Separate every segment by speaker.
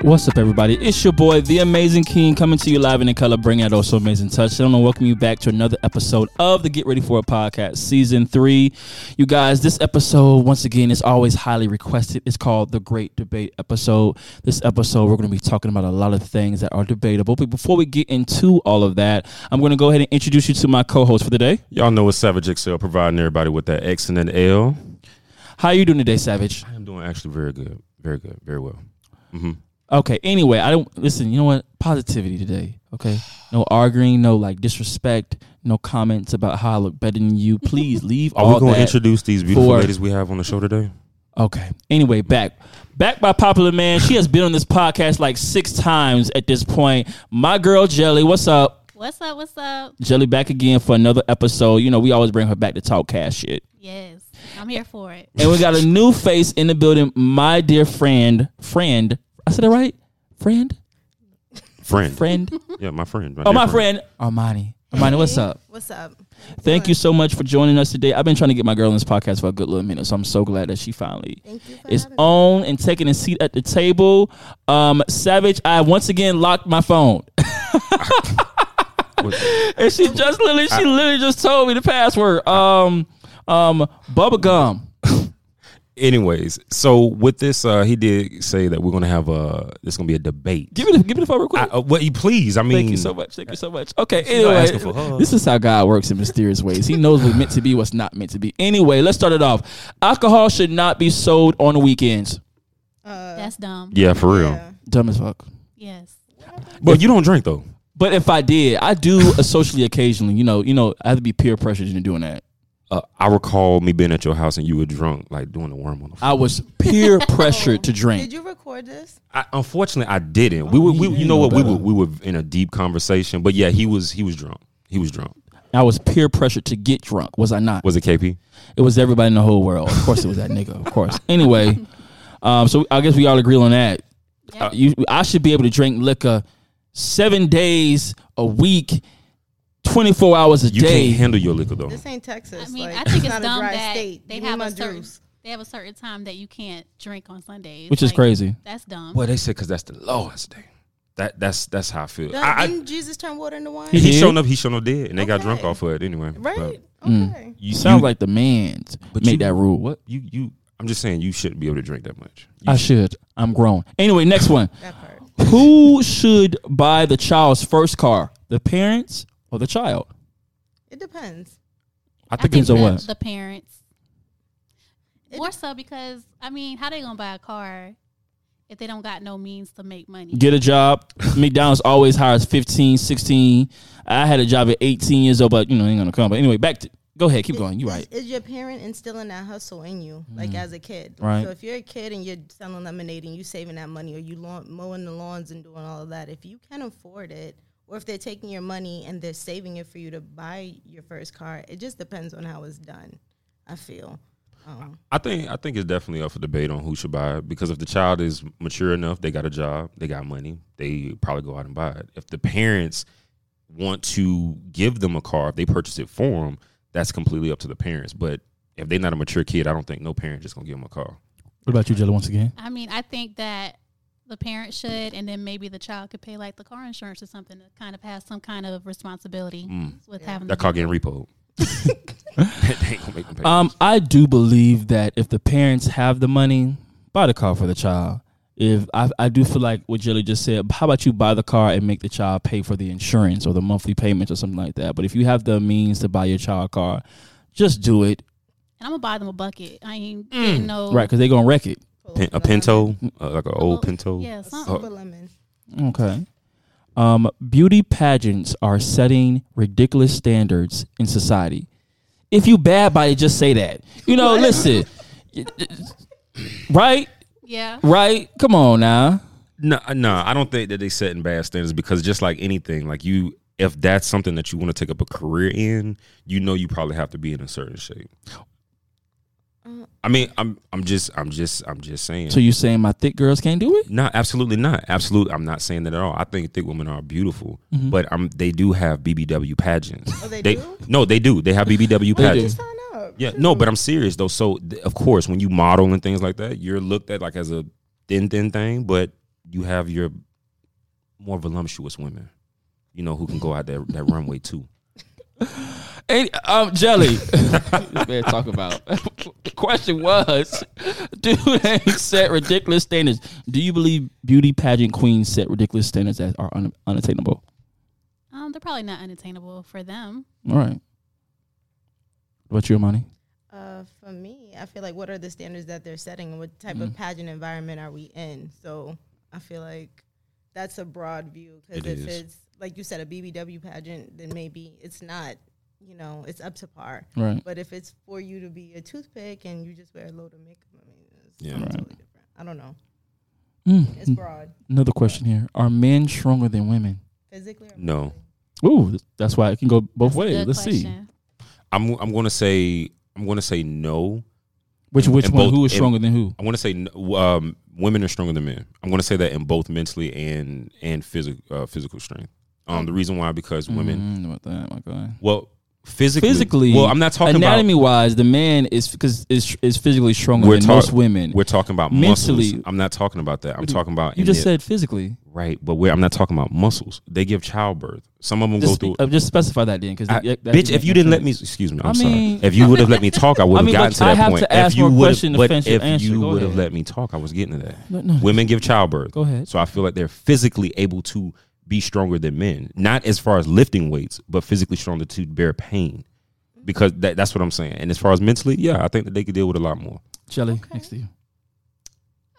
Speaker 1: What's up, everybody? It's your boy, The Amazing King, coming to you live and in color, bringing that also amazing touch. I want to welcome you back to another episode of the Get Ready for a Podcast, Season 3. You guys, this episode, once again, is always highly requested. It's called The Great Debate episode. This episode, we're going to be talking about a lot of things that are debatable. But before we get into all of that, I'm going to go ahead and introduce you to my co host for the day.
Speaker 2: Y'all know it's Savage XL providing everybody with that X and an L.
Speaker 1: How you doing today, Savage?
Speaker 2: I am doing actually very good, very good, very well. Mm-hmm.
Speaker 1: Okay. Anyway, I don't listen. You know what? Positivity today. Okay. No arguing. No like disrespect. No comments about how I look better than you. Please leave
Speaker 2: Are
Speaker 1: all
Speaker 2: we going
Speaker 1: that.
Speaker 2: to introduce these beautiful
Speaker 1: for-
Speaker 2: ladies we have on the show today?
Speaker 1: okay. Anyway, back back by popular man. She has been on this podcast like six times at this point. My girl Jelly, what's up?
Speaker 3: What's up? What's up?
Speaker 1: Jelly back again for another episode. You know we always bring her back to talk cash shit.
Speaker 3: Yes, I'm here for it.
Speaker 1: And we got a new face in the building. My dear friend, friend. I said it right. Friend,
Speaker 2: Friend.
Speaker 1: friend.
Speaker 2: Yeah, my friend.
Speaker 1: Oh, my friend Armani. Armani, what's up?
Speaker 4: What's up?
Speaker 1: Thank you so much for joining us today. I've been trying to get my girl on this podcast for a good little minute, so I'm so glad that she finally
Speaker 4: Thank you for
Speaker 1: is
Speaker 4: having me.
Speaker 1: on and taking a seat at the table. Um, Savage, I once again locked my phone,
Speaker 2: friend.
Speaker 1: and she just literally, she literally just told me the password. Um, um, bubble gum.
Speaker 2: Anyways, so with this, uh, he did say that we're going to have a, it's going to be a debate.
Speaker 1: Give me the, give me the phone real quick.
Speaker 2: I, uh, well, you please, I mean.
Speaker 1: Thank you so much. Thank you so much. Okay,
Speaker 2: not
Speaker 1: anyway,
Speaker 2: asking for hugs.
Speaker 1: this is how God works in mysterious ways. He knows what's meant to be, what's not meant to be. Anyway, let's start it off. Alcohol should not be sold on the weekends.
Speaker 4: Uh,
Speaker 3: That's dumb.
Speaker 2: Yeah, for real.
Speaker 4: yeah.
Speaker 1: Dumb as fuck.
Speaker 3: Yes.
Speaker 2: But you don't drink, though.
Speaker 1: But if I did, I do uh, socially occasionally. You know, you know, I have to be peer pressured into doing that.
Speaker 2: Uh, I recall me being at your house and you were drunk, like doing the worm on the
Speaker 1: I was peer pressured to
Speaker 4: Did
Speaker 1: drink.
Speaker 4: you record this?
Speaker 2: I, unfortunately, I didn't. We were, we,
Speaker 1: you
Speaker 2: you know
Speaker 1: know
Speaker 2: what? We
Speaker 1: better.
Speaker 2: were, we were in a deep conversation, but yeah, he was, he was drunk. He was drunk.
Speaker 1: I was peer pressured to get drunk. Was I not?
Speaker 2: Was it KP?
Speaker 1: It was everybody in the whole world. Of course, it was that nigga. Of course. Anyway, um, so I guess we all agree on that.
Speaker 3: Yeah.
Speaker 1: Uh, you, I should be able to drink liquor seven days a week, twenty four hours a
Speaker 2: You
Speaker 1: day.
Speaker 2: can't handle your liquor though.
Speaker 4: This ain't Texas.
Speaker 3: I mean,
Speaker 4: Like,
Speaker 3: I think it's
Speaker 4: not
Speaker 3: dumb
Speaker 4: a dry
Speaker 3: that
Speaker 4: state.
Speaker 3: they
Speaker 4: Give me
Speaker 3: have
Speaker 4: my
Speaker 3: a certain
Speaker 4: juice.
Speaker 3: they have a certain time that you can't drink on Sundays,
Speaker 1: Which is
Speaker 3: Like,
Speaker 1: crazy.
Speaker 3: That's dumb.
Speaker 2: Well, they said because that's the lowest day. That that's that's how I feel.
Speaker 4: Does-
Speaker 2: I, I,
Speaker 4: didn't Jesus turn water into wine?
Speaker 1: He-
Speaker 2: he
Speaker 1: did?
Speaker 2: showed up. He showed up dead, and they got drunk
Speaker 4: Okay.
Speaker 2: off of it anyway.
Speaker 4: right?
Speaker 2: But
Speaker 4: Okay.
Speaker 2: you
Speaker 1: You sound
Speaker 2: you-
Speaker 1: like the man
Speaker 2: But
Speaker 1: made
Speaker 2: you-
Speaker 1: that rule. What?
Speaker 2: you you. I'm just saying you shouldn't be able to drink that much. You
Speaker 1: I
Speaker 2: sh-
Speaker 1: should. I'm grown. Anyway, next one.
Speaker 4: That part.
Speaker 1: Who should buy the child's first car? The parents or the child?
Speaker 4: It depends.
Speaker 2: I
Speaker 3: I think
Speaker 2: think
Speaker 1: depends
Speaker 3: the,
Speaker 1: on what.
Speaker 3: the parents.
Speaker 4: It-
Speaker 3: More so because I mean, how they gonna buy a car if they don't got no means to make money?
Speaker 1: Get a job. McDonald's always hires 15, 16. I had a job at 18 years old, but you know, ain't gonna come. But anyway, back to go ahead, keep going. You
Speaker 4: Is-
Speaker 1: right.
Speaker 4: Is, your parent instilling that hustle in you, like as a kid?
Speaker 1: Right.
Speaker 4: So if you're a kid and you're selling lemonade and you saving that money, or you lawn, mowing the lawns and doing all of that, if you can afford it, or if they're taking your money and they're saving it for you to buy your first car, it just depends on how it's done. I feel. Um,
Speaker 2: I think I think it's definitely up for debate on who should buy it because if the child is mature enough, they got a job, they got money, they probably go out and buy it. If the parents want to give them a car, if they purchase it for them, that's completely up to the parents. But if they're not a mature kid, I don't think no parent just gonna give them a car.
Speaker 1: What about you, Jelly, once again?
Speaker 3: I mean, I think that the parent should, and then maybe the child could pay like the car insurance or something to kind of pass some kind of responsibility
Speaker 1: Mm.
Speaker 3: with having the
Speaker 2: That car getting repoed. they ain't gonna make them pay.
Speaker 1: Um, I do believe that if the parents have the money, buy the car for the child. If I, I do feel like what Jelly just said, how about you buy the car and make the child pay for the insurance or the monthly payments or something like that? But if you have the means to buy your child a car, just do it,
Speaker 3: And I'm gonna buy them a bucket. I ain't getting no
Speaker 1: right? Because they're gonna wreck it.
Speaker 2: Pin- a Pinto, uh, like an old Pinto.
Speaker 3: Yeah, something.
Speaker 4: Super lemon.
Speaker 1: Okay. Um, beauty pageants are setting ridiculous standards in society. If you bad body, just say that. You know, listen, right,
Speaker 3: Yeah.
Speaker 1: right. Come on now.
Speaker 2: No, uh, no, I don't think that they set in bad standards because just like anything, like you, if that's something that you want to take up a career in, you know, you probably have to be in a certain shape.
Speaker 4: Uh,
Speaker 2: I mean, I'm, I'm just, I'm just, I'm just saying.
Speaker 1: So you saying my thick girls can't do it?
Speaker 2: no, absolutely not. Absolutely, I'm not saying that at all. I think thick women are beautiful,
Speaker 1: Mm-hmm.
Speaker 2: but um, they do have BBW pageants.
Speaker 4: Oh, they do?
Speaker 2: No, they do. They have BBW
Speaker 1: They do.
Speaker 2: pageants.
Speaker 4: Sign up.
Speaker 2: Yeah, no, but I'm serious though. So th- of course, when you model and things like that, you're looked at like as a thin, thin thing. But you have your more voluptuous women, you know, who can go out that that runway too.
Speaker 1: Ain't, um, jelly. this man talk about. the question was, do they set ridiculous standards? Do you believe beauty pageant queens set ridiculous standards that are un- unattainable?
Speaker 3: Um, they're probably not unattainable for them.
Speaker 1: All right. What's your money?
Speaker 4: Uh, for me, I feel like what are the standards that they're setting, and what type
Speaker 2: Mm-hmm.
Speaker 4: of pageant environment are we in? So I feel like that's a broad view because
Speaker 2: It
Speaker 4: if
Speaker 2: is.
Speaker 4: it's like you said a BBW pageant, then maybe it's not. You know, it's up to par.
Speaker 1: Right.
Speaker 4: But if it's for you to be a toothpick and you just wear a load of makeup, I mean, it's
Speaker 2: Yeah.
Speaker 4: totally different. I don't know.
Speaker 1: Mm.
Speaker 4: It's broad
Speaker 1: Another question here: Are men stronger than women?
Speaker 4: physically. Or
Speaker 2: No.
Speaker 1: Ooh, that's why it can go both ways.
Speaker 3: Good
Speaker 1: Let's see
Speaker 3: question.
Speaker 2: I'm I'm gonna say I'm gonna say no.
Speaker 1: which which
Speaker 2: And
Speaker 1: one
Speaker 2: both-
Speaker 1: who is
Speaker 2: and-
Speaker 1: stronger than who.
Speaker 2: I want to say no- um, women are stronger than men. I'm going to say that in both mentally and and physical uh, physical strength. Um, the reason why because women,
Speaker 1: Mm, about that, my God.
Speaker 2: well, physically,
Speaker 1: Physically,
Speaker 2: Well, I'm not talking
Speaker 1: anatomy wise. The man is because is is physically stronger
Speaker 2: We're
Speaker 1: than
Speaker 2: talk-
Speaker 1: most women.
Speaker 2: about we're talking about
Speaker 1: Mentally.
Speaker 2: muscles. I'm not talking about that. I'm talking about
Speaker 1: You
Speaker 2: in
Speaker 1: just
Speaker 2: the-
Speaker 1: said physically.
Speaker 2: right, but we're, I'm not talking about muscles. They give childbirth. Some of them
Speaker 1: Just,
Speaker 2: go through.
Speaker 1: uh, just specify that then, because
Speaker 2: I- bitch, if you didn't let me, excuse me, I'm
Speaker 1: I mean-
Speaker 2: sorry. If you would have let me talk, I would have
Speaker 1: mean,
Speaker 2: gotten
Speaker 1: but
Speaker 2: to
Speaker 1: I
Speaker 2: that
Speaker 1: have
Speaker 2: point.
Speaker 1: to ask
Speaker 2: if you
Speaker 1: more
Speaker 2: would've-
Speaker 1: questions to
Speaker 2: but
Speaker 1: finish your
Speaker 2: if
Speaker 1: answer.
Speaker 2: you
Speaker 1: Go
Speaker 2: would have
Speaker 1: ahead.
Speaker 2: let me talk, I was getting to that.
Speaker 1: No, no.
Speaker 2: Women give childbirth.
Speaker 1: Go ahead.
Speaker 2: So I feel like they're physically able to be stronger than men, not as far as lifting weights, but physically stronger to bear pain. Because that, that's what I'm saying. And as far as mentally, yeah, I think that they could deal with a lot more.
Speaker 1: Jelly
Speaker 3: Okay.
Speaker 1: next to you.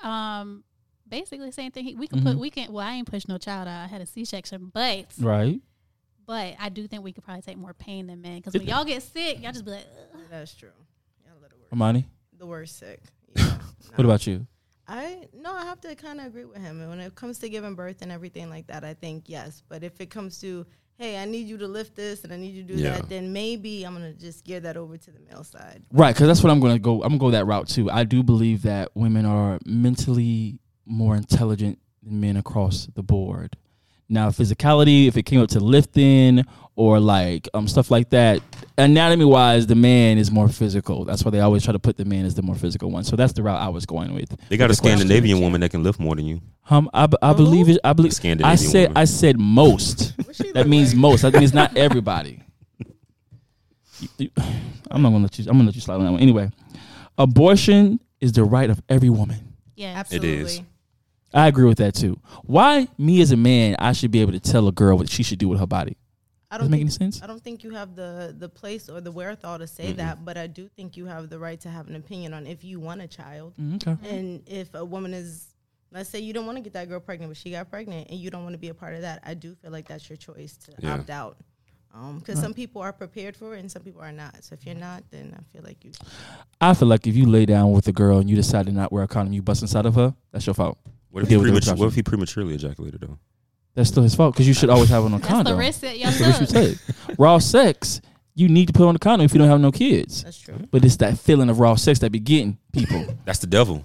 Speaker 3: Um, basically same thing. He- We can
Speaker 1: Mhm.
Speaker 3: put we can. Well, I ain't push no child out. I had a C section, but
Speaker 1: Right.
Speaker 3: but I do think we could probably take more pain than men because when y'all get sick, y'all just be like, Ugh.
Speaker 4: Something. That's true. Yeah, a little worse.
Speaker 1: Amani,
Speaker 4: the worst sick. Yeah.
Speaker 1: what
Speaker 4: No.
Speaker 1: about you?
Speaker 4: I no, I have to kind of agree with him. And when it comes to giving birth and everything like that, I think yes. But if it comes to hey, I need you to lift this and I need you to do
Speaker 2: Yeah.
Speaker 4: that, then maybe I'm gonna just gear that over to the male side.
Speaker 1: Right, because that's what I'm going to go. I'm going to go that route too. I do believe that women are mentally more intelligent than men across the board. Now, physicality, if it came up to lifting or like um, stuff like that, anatomy wise, the man is more physical. That's why they always try to put the man as the more physical one. So that's the route I was going with.
Speaker 2: They got a
Speaker 1: Good question.
Speaker 2: Scandinavian woman that can lift more than you.
Speaker 1: Um, I, b- I believe it. I believe I
Speaker 2: Mm-hmm. Scandinavian
Speaker 1: said
Speaker 2: woman.
Speaker 1: I said most.
Speaker 4: What's she
Speaker 1: that
Speaker 4: look
Speaker 1: means
Speaker 4: like?
Speaker 1: most. That means not everybody. You- you- I'm not gonna let you. I'm gonna let you slide on that one. Anyway, abortion is the right of every woman.
Speaker 3: yeah,
Speaker 4: absolutely.
Speaker 2: is.
Speaker 1: I agree with that too. Why me as a man, I should be able to tell a girl what she should do with her body.
Speaker 4: I
Speaker 1: Does it
Speaker 4: don't
Speaker 1: make
Speaker 4: think,
Speaker 1: any sense?
Speaker 4: I don't think you have the the place or the wherewithal to say that, but I do think you have the right to have an opinion on if you want a child
Speaker 1: Mm, Okay.
Speaker 4: and if a woman is. Let's say you don't want to get that girl pregnant, but she got pregnant, and you don't want to be a part of that. I do feel like that's your choice to
Speaker 2: Yeah.
Speaker 4: opt out, because some people are prepared for it and some people are not. So if you're not, then I feel like you
Speaker 1: I feel like if you lay down with a girl and you decide to not wear a condom, you bust inside of her. That's your fault.
Speaker 2: What if,
Speaker 1: Yeah,
Speaker 2: he
Speaker 1: with the
Speaker 2: premature,
Speaker 1: contraception.
Speaker 2: what if he prematurely ejaculated though?
Speaker 1: That's still his fault because you should always have on a
Speaker 3: that's
Speaker 1: condom.
Speaker 3: the risk that y'all
Speaker 1: That's the risk you
Speaker 3: took.
Speaker 1: take. Raw sex, you need to put on a condom if you don't have no kids.
Speaker 4: That's true.
Speaker 1: But it's that feeling of raw sex that be getting people.
Speaker 2: That's the devil.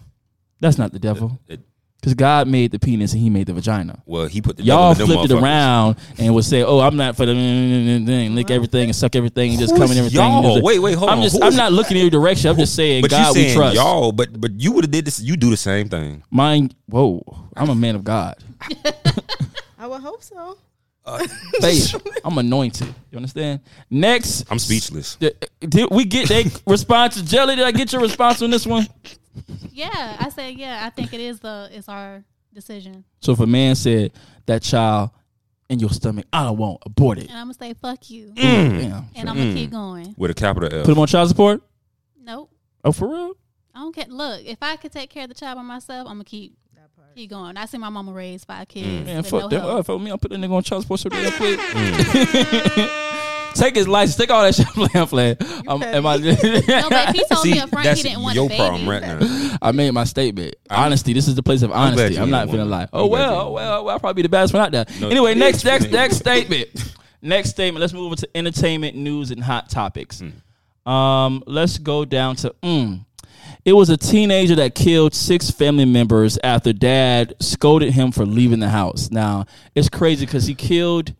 Speaker 1: That's not the devil.
Speaker 2: It-
Speaker 1: Because God made the penis and he made the vagina.
Speaker 2: well, he put the
Speaker 1: Y'all
Speaker 2: devil in them
Speaker 1: flipped it
Speaker 2: motherfuckers.
Speaker 1: around and would say, "Oh, I'm not for the thing, lick everything and suck everything and just
Speaker 2: Who
Speaker 1: come in
Speaker 2: is
Speaker 1: everything."
Speaker 2: y'all?
Speaker 1: and just-
Speaker 2: Wait, wait, hold
Speaker 1: I'm
Speaker 2: on.
Speaker 1: just,
Speaker 2: Who
Speaker 1: I'm
Speaker 2: is-
Speaker 1: not looking in your direction. I'm just saying,
Speaker 2: But you
Speaker 1: God, we
Speaker 2: saying
Speaker 1: trust.
Speaker 2: y'all, but but you would have did this. You do the same thing.
Speaker 1: Mine. Whoa, I'm a man of God.
Speaker 4: I would hope so.
Speaker 2: Uh,
Speaker 1: Faith. I'm anointed. You understand? Next,
Speaker 2: I'm speechless.
Speaker 1: Did did we get that response? Jelly, did I get your response on this one?
Speaker 3: Yeah, I said yeah. I think it is the it's our decision,
Speaker 1: So if a man said that child in your stomach, I don't want abort it.
Speaker 3: and I'm gonna say fuck you,
Speaker 1: Mm.
Speaker 2: Mm.
Speaker 1: Damn.
Speaker 3: and I'm gonna keep going.
Speaker 2: With a capital L.
Speaker 1: Put him on child support.
Speaker 3: Nope.
Speaker 1: Oh, for real?
Speaker 3: I don't care. Look, if I could take care of the child by myself, I'm gonna keep keep going. I see my mama raise five
Speaker 4: Mm.
Speaker 3: kids.
Speaker 1: Man,
Speaker 3: with
Speaker 1: fuck
Speaker 3: no
Speaker 1: them.
Speaker 3: help.
Speaker 1: Uh, fuck me. I'll put that nigga on child support real quick.
Speaker 2: Mm.
Speaker 1: Take his license. Take all that shit. I'm playing. I'm playing. Um, am
Speaker 3: No, but if
Speaker 1: I,
Speaker 3: he told
Speaker 2: See,
Speaker 3: me up front
Speaker 2: that's
Speaker 3: he didn't want
Speaker 2: your
Speaker 3: a baby.
Speaker 2: problem right now.
Speaker 1: I made my statement. Honesty. This is the place of honesty.
Speaker 2: you
Speaker 1: I'm
Speaker 2: ain't
Speaker 1: not
Speaker 2: a
Speaker 1: gonna
Speaker 2: woman.
Speaker 1: lie.
Speaker 2: I'm
Speaker 1: Oh
Speaker 2: glad you ain't
Speaker 1: well,
Speaker 2: a
Speaker 1: oh
Speaker 2: woman.
Speaker 1: well, well, I'll probably be the baddest one out there.
Speaker 2: No,
Speaker 1: anyway,
Speaker 2: you
Speaker 1: next,
Speaker 2: ain't.
Speaker 1: next, next statement. Next statement. Let's move over to entertainment news and hot topics.
Speaker 2: Hmm.
Speaker 1: Um, let's go down to. Mm. It was a teenager that killed six family members after dad scolded him for leaving the house. Now it's crazy because he killed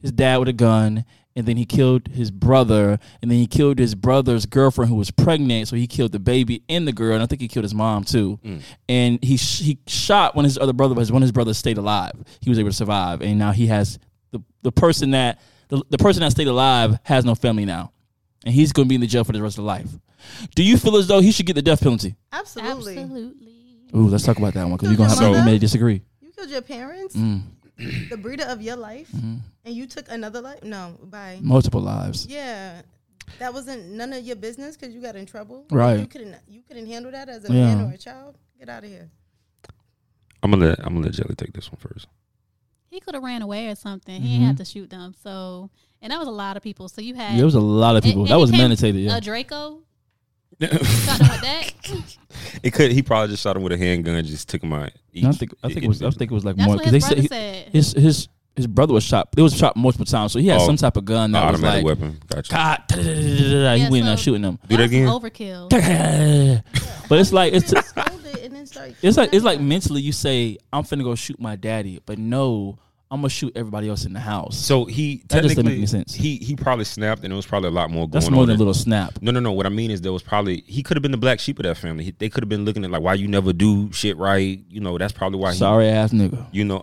Speaker 1: his dad with a gun, and and then he killed his brother, and then he killed his brother's girlfriend who was pregnant. So he killed the baby and the girl, and I think he killed his mom too. And he sh- he shot one of his other brother, but one of his brothers stayed alive. He was able to survive, and now he has the the person that the, the person that stayed alive has no family now, and he's going to be in the jail for the rest of life. Do you feel as though he should get the death penalty?
Speaker 4: Absolutely.
Speaker 3: Absolutely.
Speaker 1: Ooh, let's talk about that one because we're
Speaker 4: Don't
Speaker 1: gonna have
Speaker 4: your
Speaker 1: people who
Speaker 4: mother-
Speaker 1: may disagree. Mm,
Speaker 4: You killed your parents, the breeder of your life, and you took another life. No, bye.
Speaker 1: Multiple lives.
Speaker 4: Yeah, that wasn't none of your business because you got in trouble.
Speaker 1: Right.
Speaker 4: You couldn't. You couldn't handle that as a man
Speaker 1: Yeah.
Speaker 4: or a child. Get out of here.
Speaker 2: I'm gonna let I'm gonna let Jelly take this one first.
Speaker 3: He could have ran away or something. He
Speaker 1: Mm-hmm.
Speaker 3: didn't have to shoot them. So, and that was a lot of people. So you had
Speaker 1: There was a lot of people.
Speaker 3: and-
Speaker 1: that
Speaker 3: and
Speaker 1: was
Speaker 3: he came-
Speaker 1: meditated. Yeah.
Speaker 3: A Draco shot him with that.
Speaker 2: It could he probably just shot him with a handgun, just took him out.
Speaker 1: No, I think I think it was I think it was like
Speaker 3: That's
Speaker 1: more
Speaker 3: what his
Speaker 1: they
Speaker 3: brother
Speaker 1: said, he-
Speaker 3: said.
Speaker 1: his his his brother was shot. It was shot multiple times, so he had
Speaker 2: Oh.
Speaker 1: some type of gun that was like
Speaker 2: automatic weapon. Gotcha.
Speaker 1: God, da- da- da- da- da- da- he
Speaker 3: Yeah,
Speaker 1: went out
Speaker 3: so-
Speaker 1: shooting them.
Speaker 2: Do that
Speaker 3: was some
Speaker 2: again.
Speaker 3: Overkill.
Speaker 1: but it's like it's
Speaker 4: Just hold it and then start.
Speaker 1: it's like it's like mentally you say I'm finna go shoot my daddy, but no, I'm gonna shoot everybody else in the house.
Speaker 2: So he
Speaker 1: That just didn't make
Speaker 2: technically
Speaker 1: any sense.
Speaker 2: he he probably snapped, and it was probably a lot more going
Speaker 1: that's
Speaker 2: on.
Speaker 1: more than a
Speaker 2: in-
Speaker 1: little snap.
Speaker 2: No, no, no. What I mean is there was probably he could have been the black sheep of that family. He, they could have been looking at like why you never do shit right. You know that's probably why.
Speaker 1: Sorry ass nigga.
Speaker 2: He, you know,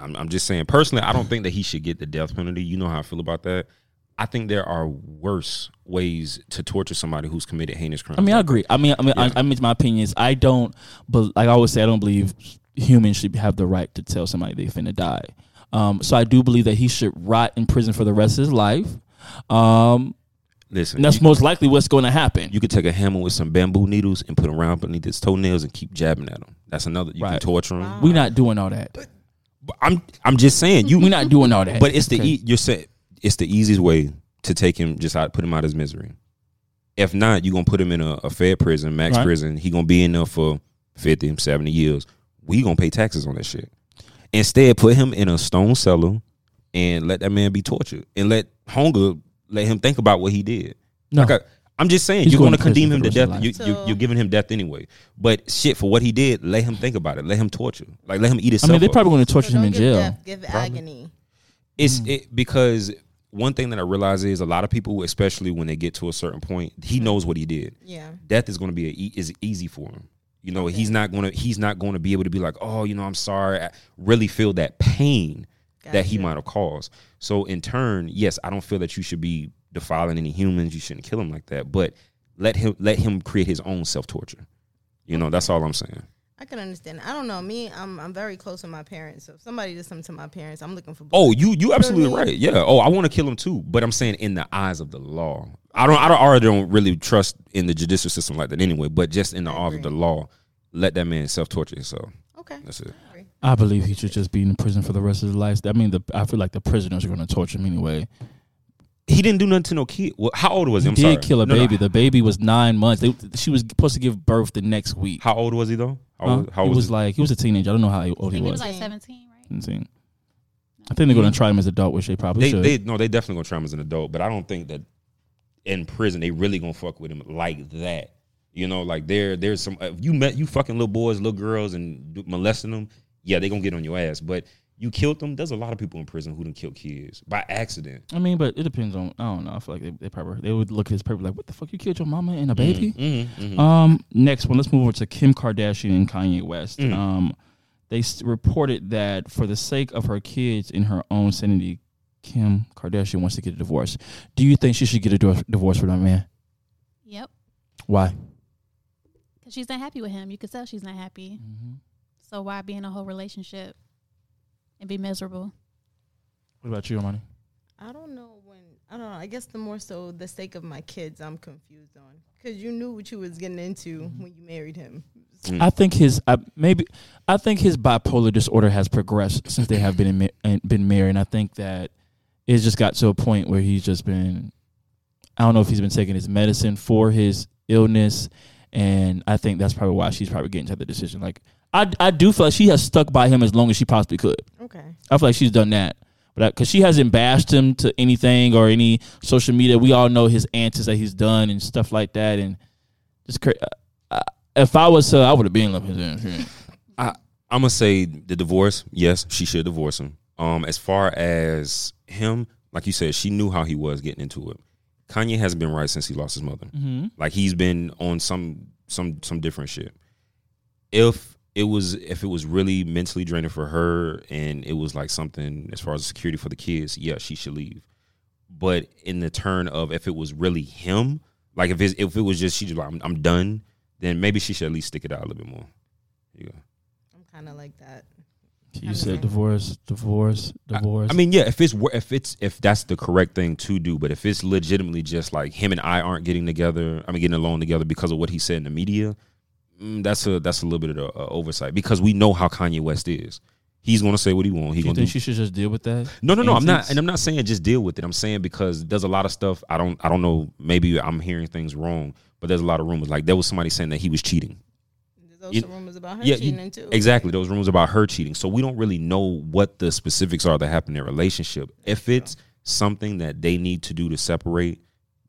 Speaker 2: I'm, I'm just saying personally, I don't think that he should get the death penalty. You know how I feel about that. I think there are worse ways to torture somebody who's committed heinous crimes.
Speaker 1: I mean, I agree. I mean, I mean, I, I mean, my opinion is I don't, but like I always say, I don't believe humans should have the right to tell somebody they finna die. Um, so I do believe that he should rot in prison for the rest of his life. Um,
Speaker 2: Listen,
Speaker 1: and that's
Speaker 2: you,
Speaker 1: most likely what's going to happen.
Speaker 2: you could take a hammer with some bamboo needles and put them around beneath his toenails and keep jabbing at him. That's another. You can
Speaker 1: Right.
Speaker 2: torture him.
Speaker 1: We're not doing all that.
Speaker 2: But I'm I'm just saying you.
Speaker 1: We're not doing all that.
Speaker 2: But it's the e- you're saying it's the easiest way to take him just out, put him out of his misery. If not, you're gonna put him in a, a Fed prison, max
Speaker 1: Right.
Speaker 2: prison. He gonna be in there for 50, 70 years. We gonna pay taxes on that shit. Instead, put him in a stone cellar and let that man be tortured and let hunger let him think about what he did.
Speaker 1: No.
Speaker 2: Like I, I'm just saying,
Speaker 1: He's
Speaker 2: you're
Speaker 1: going
Speaker 2: going to
Speaker 1: to prison
Speaker 2: condemn
Speaker 1: for
Speaker 2: him
Speaker 1: the
Speaker 2: to
Speaker 1: rest of
Speaker 2: death.
Speaker 1: his
Speaker 2: You,
Speaker 1: life.
Speaker 2: you,
Speaker 4: So-
Speaker 2: you're giving him death anyway. But shit, for what he did, let him think about it. Let him torture. Like let him eat
Speaker 1: I
Speaker 2: himself.
Speaker 1: mean, they're
Speaker 2: up.
Speaker 1: probably going to torture
Speaker 4: So
Speaker 1: him
Speaker 4: don't
Speaker 1: in
Speaker 4: give
Speaker 1: jail.
Speaker 4: death, give agony.
Speaker 2: It's it, because one thing that I realize is a lot of people, especially when they get to a certain point, he knows what he did.
Speaker 4: Yeah.
Speaker 2: Death is going to be a, e- is easy for him. You know, he's not going to he's not going to be able to be like, oh, you know, I'm sorry. I really feel that pain that he might have caused. So in turn, yes, I don't feel that you should be defiling any humans. You shouldn't kill him like that. But let him let him create his own self torture. You know, that's all I'm saying.
Speaker 4: I can understand. I don't know. Me, I'm I'm very close with my parents. So if somebody did something to my parents, I'm looking for.
Speaker 2: Oh, you you absolutely
Speaker 4: mean?
Speaker 2: right. Yeah. Oh, I want to kill him too, but I'm saying in the eyes of the law. I don't I don't, I already don't really trust in the judicial system like that anyway. But just in the eyes of the law, let that man self torture himself.
Speaker 4: Okay.
Speaker 2: That's it.
Speaker 1: I believe he should just be in prison for the rest of his life. I mean, the, I feel like the prisoners are going to torture him anyway.
Speaker 2: He didn't do nothing to no kid. Well, how old was he? I'm
Speaker 1: He
Speaker 2: sorry.
Speaker 1: did kill a
Speaker 2: No, no.
Speaker 1: baby. The baby was nine months. They, she was supposed to give birth the next week.
Speaker 2: How old was he though? How,
Speaker 1: Huh?
Speaker 2: old- how
Speaker 1: he was,
Speaker 2: old was, he?
Speaker 1: like he was a teenager. I don't know how old
Speaker 3: I
Speaker 1: he
Speaker 3: think he was
Speaker 1: was.
Speaker 3: like 17, right?
Speaker 1: 17. I think they're going to try him as adult, which they probably
Speaker 2: They,
Speaker 1: should.
Speaker 2: they no, they definitely gonna try him as an adult, but I don't think that in prison they really gonna fuck with him like that. You know, like there, there's some. If you met you fucking little boys, little girls, and do- molesting them, yeah, they gonna get on your ass. But you killed them. There's a lot of people in prison who done kill kids by accident.
Speaker 1: I mean, but it depends on. I don't know. I feel like they, they probably they would look at his paper like, "What the fuck? You killed your mama
Speaker 2: Mm.
Speaker 1: and a baby." Um. Next one. Let's move over to Kim Kardashian and Kanye West.
Speaker 2: Mm.
Speaker 1: Um, they s- reported that for the sake of her kids and her own sanity, Kim Kardashian wants to get a divorce. Do you think she should get a divorce, divorce from that man?
Speaker 3: Yep.
Speaker 1: Why?
Speaker 3: Because she's not happy with him. You could tell she's not happy. So why be in a whole relationship and be miserable?
Speaker 1: What about you, Armani?
Speaker 4: I don't know when. I don't know. I guess the more so the sake of my kids, I'm confused on because you knew what you was getting into
Speaker 2: Mm-hmm.
Speaker 4: when you married him.
Speaker 1: I think his I, maybe I think his bipolar disorder has progressed since they have been in, ma- and been married. And I think that it's just got to a point where he's just been I don't know if he's been taking his medicine for his illness, and I think that's probably why she's probably getting to the decision. Like I I do feel like she has stuck by him as long as she possibly could.
Speaker 4: Okay.
Speaker 1: I feel like she's done that. But because she hasn't bashed him to anything or any social media, we all know his antics that he's done and stuff like that. And just cra- I, I- if I was her, I would have been like his ass, yeah.
Speaker 2: I I'm gonna say the divorce. Yes, she should divorce him. Um, as far as him, like you said, she knew how he was getting into it. Kanye hasn't been right since he lost his mother. Like he's been on some some some different shit. If it was if it was really mentally draining for her and it was like something as far as security for the kids, yeah, she should leave. But in the turn of if it was really him, like if it's, if it was just she just like I'm, I'm done, then maybe she should at least stick it out a little bit more. There you go.
Speaker 4: I'm kind of like that.
Speaker 1: You said divorce, divorce, divorce.
Speaker 2: I mean, yeah, if it's wor- if it's if that's the correct thing to do, but if it's legitimately just like him and I aren't getting together, I mean, getting along together because of what he said in the media, mm, that's a that's a little bit of a, a oversight because we know how Kanye West is. He's gonna say what he wants. He
Speaker 1: do you
Speaker 2: gonna do.
Speaker 1: think she should just deal with that?
Speaker 2: no, no, no. I'm not,
Speaker 1: Antics?
Speaker 2: and I'm not saying just deal with it. I'm saying because there's a lot of stuff I don't I don't know. Maybe I'm hearing things wrong, but there's a lot of rumors. Like there was somebody saying that he was cheating.
Speaker 4: There's also
Speaker 2: You-
Speaker 4: rumors about her
Speaker 2: Yeah, you-
Speaker 4: cheating too.
Speaker 2: Exactly. Those rumors about her cheating. So we don't really know what the specifics are that happen in their relationship. If it's something that they need to do to separate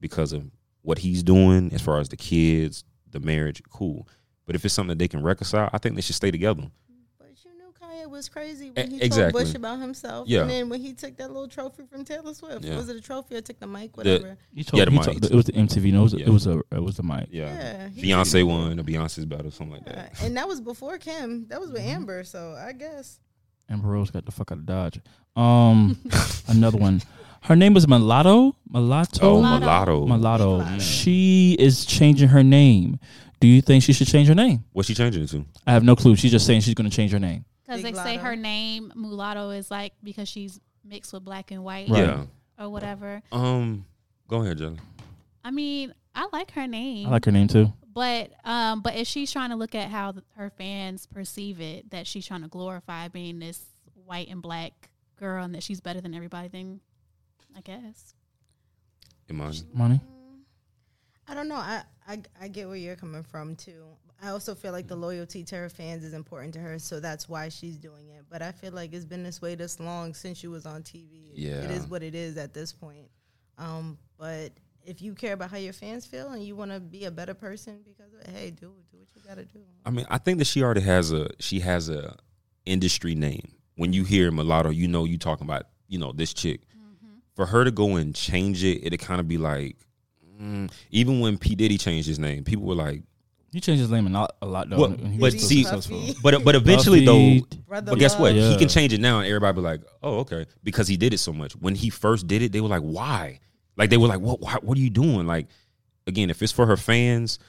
Speaker 2: because of what he's doing as far as the kids, the marriage, cool. But if it's something that they can reconcile, I think they should stay together.
Speaker 4: But you knew Kanye was crazy when
Speaker 2: E-
Speaker 4: he
Speaker 2: exactly.
Speaker 4: told Bush about himself.
Speaker 2: Yeah.
Speaker 4: And then when he took that little trophy from Taylor Swift.
Speaker 2: Yeah.
Speaker 4: Was it a trophy or took the mic? Whatever.
Speaker 1: He
Speaker 2: Yeah,
Speaker 1: told,
Speaker 2: the
Speaker 1: he
Speaker 2: mic.
Speaker 1: told- it was the MTV. No, it was,
Speaker 2: Yeah.
Speaker 1: it was a it was the mic.
Speaker 4: yeah. he-
Speaker 2: Beyonce won, or Beyonce's battle, something like
Speaker 4: yeah.
Speaker 2: that.
Speaker 4: And that was before Kim. That was with Amber, so I guess.
Speaker 1: Amber Rose got the fuck out of Dodge. Um, another one. Her name is Mulatto.
Speaker 2: Oh,
Speaker 1: Mulatto.
Speaker 2: mulatto.
Speaker 1: Mulatto.
Speaker 4: Mulatto.
Speaker 1: She is changing her name. Do you think she should change her name?
Speaker 2: What's she changing it to?
Speaker 1: I have no clue. She's just saying she's going to change her name.
Speaker 3: Because
Speaker 4: Big
Speaker 3: they say
Speaker 4: Lotto.
Speaker 3: her name mulatto is like because she's mixed with black and white
Speaker 1: Right.
Speaker 2: Yeah.
Speaker 3: or whatever.
Speaker 2: Um. Go ahead, Jelly.
Speaker 3: I mean, I like her name,
Speaker 1: I like her name too.
Speaker 3: but um, but if she's trying to look at how th- her fans perceive it, that she's trying to glorify being this white and black girl and that she's better than everybody, then I guess.
Speaker 2: Imani.
Speaker 1: Money.
Speaker 4: I don't know. I, I I get where you're coming from too. I also feel like the loyalty to her fans is important to her, so that's why she's doing it. But I feel like it's been this way this long since she was on TV.
Speaker 2: Yeah.
Speaker 4: it is what it is at this point. Um, but if you care about how your fans feel and you want to be a better person because of it, hey, do do what you gotta do.
Speaker 2: I mean, I think that she already has a she has a industry name. When you hear mulatto, you know you talking about you know this chick. For her to go and change it, it'd kind of be like, mm, even when P Diddy changed his name, people were like,
Speaker 1: He changed his name a lot, a lot though.
Speaker 2: Well,
Speaker 1: when he
Speaker 2: but
Speaker 1: was
Speaker 2: see-
Speaker 1: successful.
Speaker 2: but but eventually
Speaker 1: Buffy,
Speaker 2: though,
Speaker 4: Brother
Speaker 2: but guess what?
Speaker 1: Yeah.
Speaker 2: He can change it now, and everybody be like, oh okay, because he did it so much. When he first did it, they were like, why? Like they were like, what? Why, what are you doing? Like again, if it's for her fans,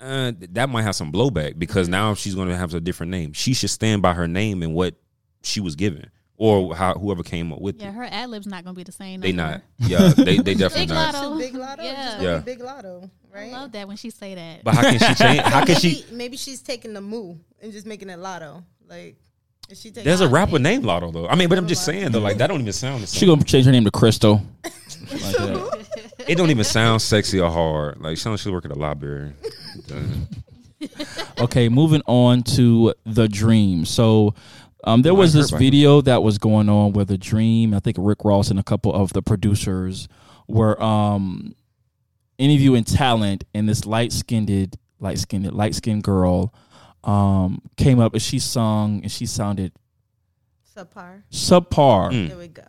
Speaker 2: uh, th- that might have some blowback because now she's going to have a different name. She should stand by her name and what she was given, or how whoever came up with
Speaker 3: Yeah,
Speaker 2: it.
Speaker 3: her ad lib's not gonna be the same.
Speaker 2: They
Speaker 3: no more.
Speaker 2: not, yeah, they they definitely
Speaker 3: Big
Speaker 2: not.
Speaker 3: Lotto.
Speaker 4: Lotto. Big Lotto,
Speaker 3: Yeah.
Speaker 4: yeah,
Speaker 2: Yeah.
Speaker 4: Big Lotto,
Speaker 3: I
Speaker 4: right?
Speaker 3: love that when she say that.
Speaker 2: But how can she change? How can she?
Speaker 4: Maybe- Maybe she's taking the moo and just making it Lotto. Like, is she taking?
Speaker 2: There's a rapper named Lotto though. I mean, but I'm just saying though, like that don't even sound the same.
Speaker 1: she going to change her name to Crystal. Like that.
Speaker 2: It don't even sound sexy or hard. Like she don't- she work at a library.
Speaker 1: Okay, moving on to the dream. So. Um, there
Speaker 2: Oh, I
Speaker 1: was
Speaker 2: heard
Speaker 1: this
Speaker 2: about that.
Speaker 1: video that was going on where the dream, I think Rick Ross and a couple of the producers were um, interviewing talent, and this light skinned, light skinned, light skinned girl um, came up and she sung and she sounded
Speaker 4: subpar.
Speaker 1: subpar.
Speaker 2: Mm.
Speaker 4: There we go.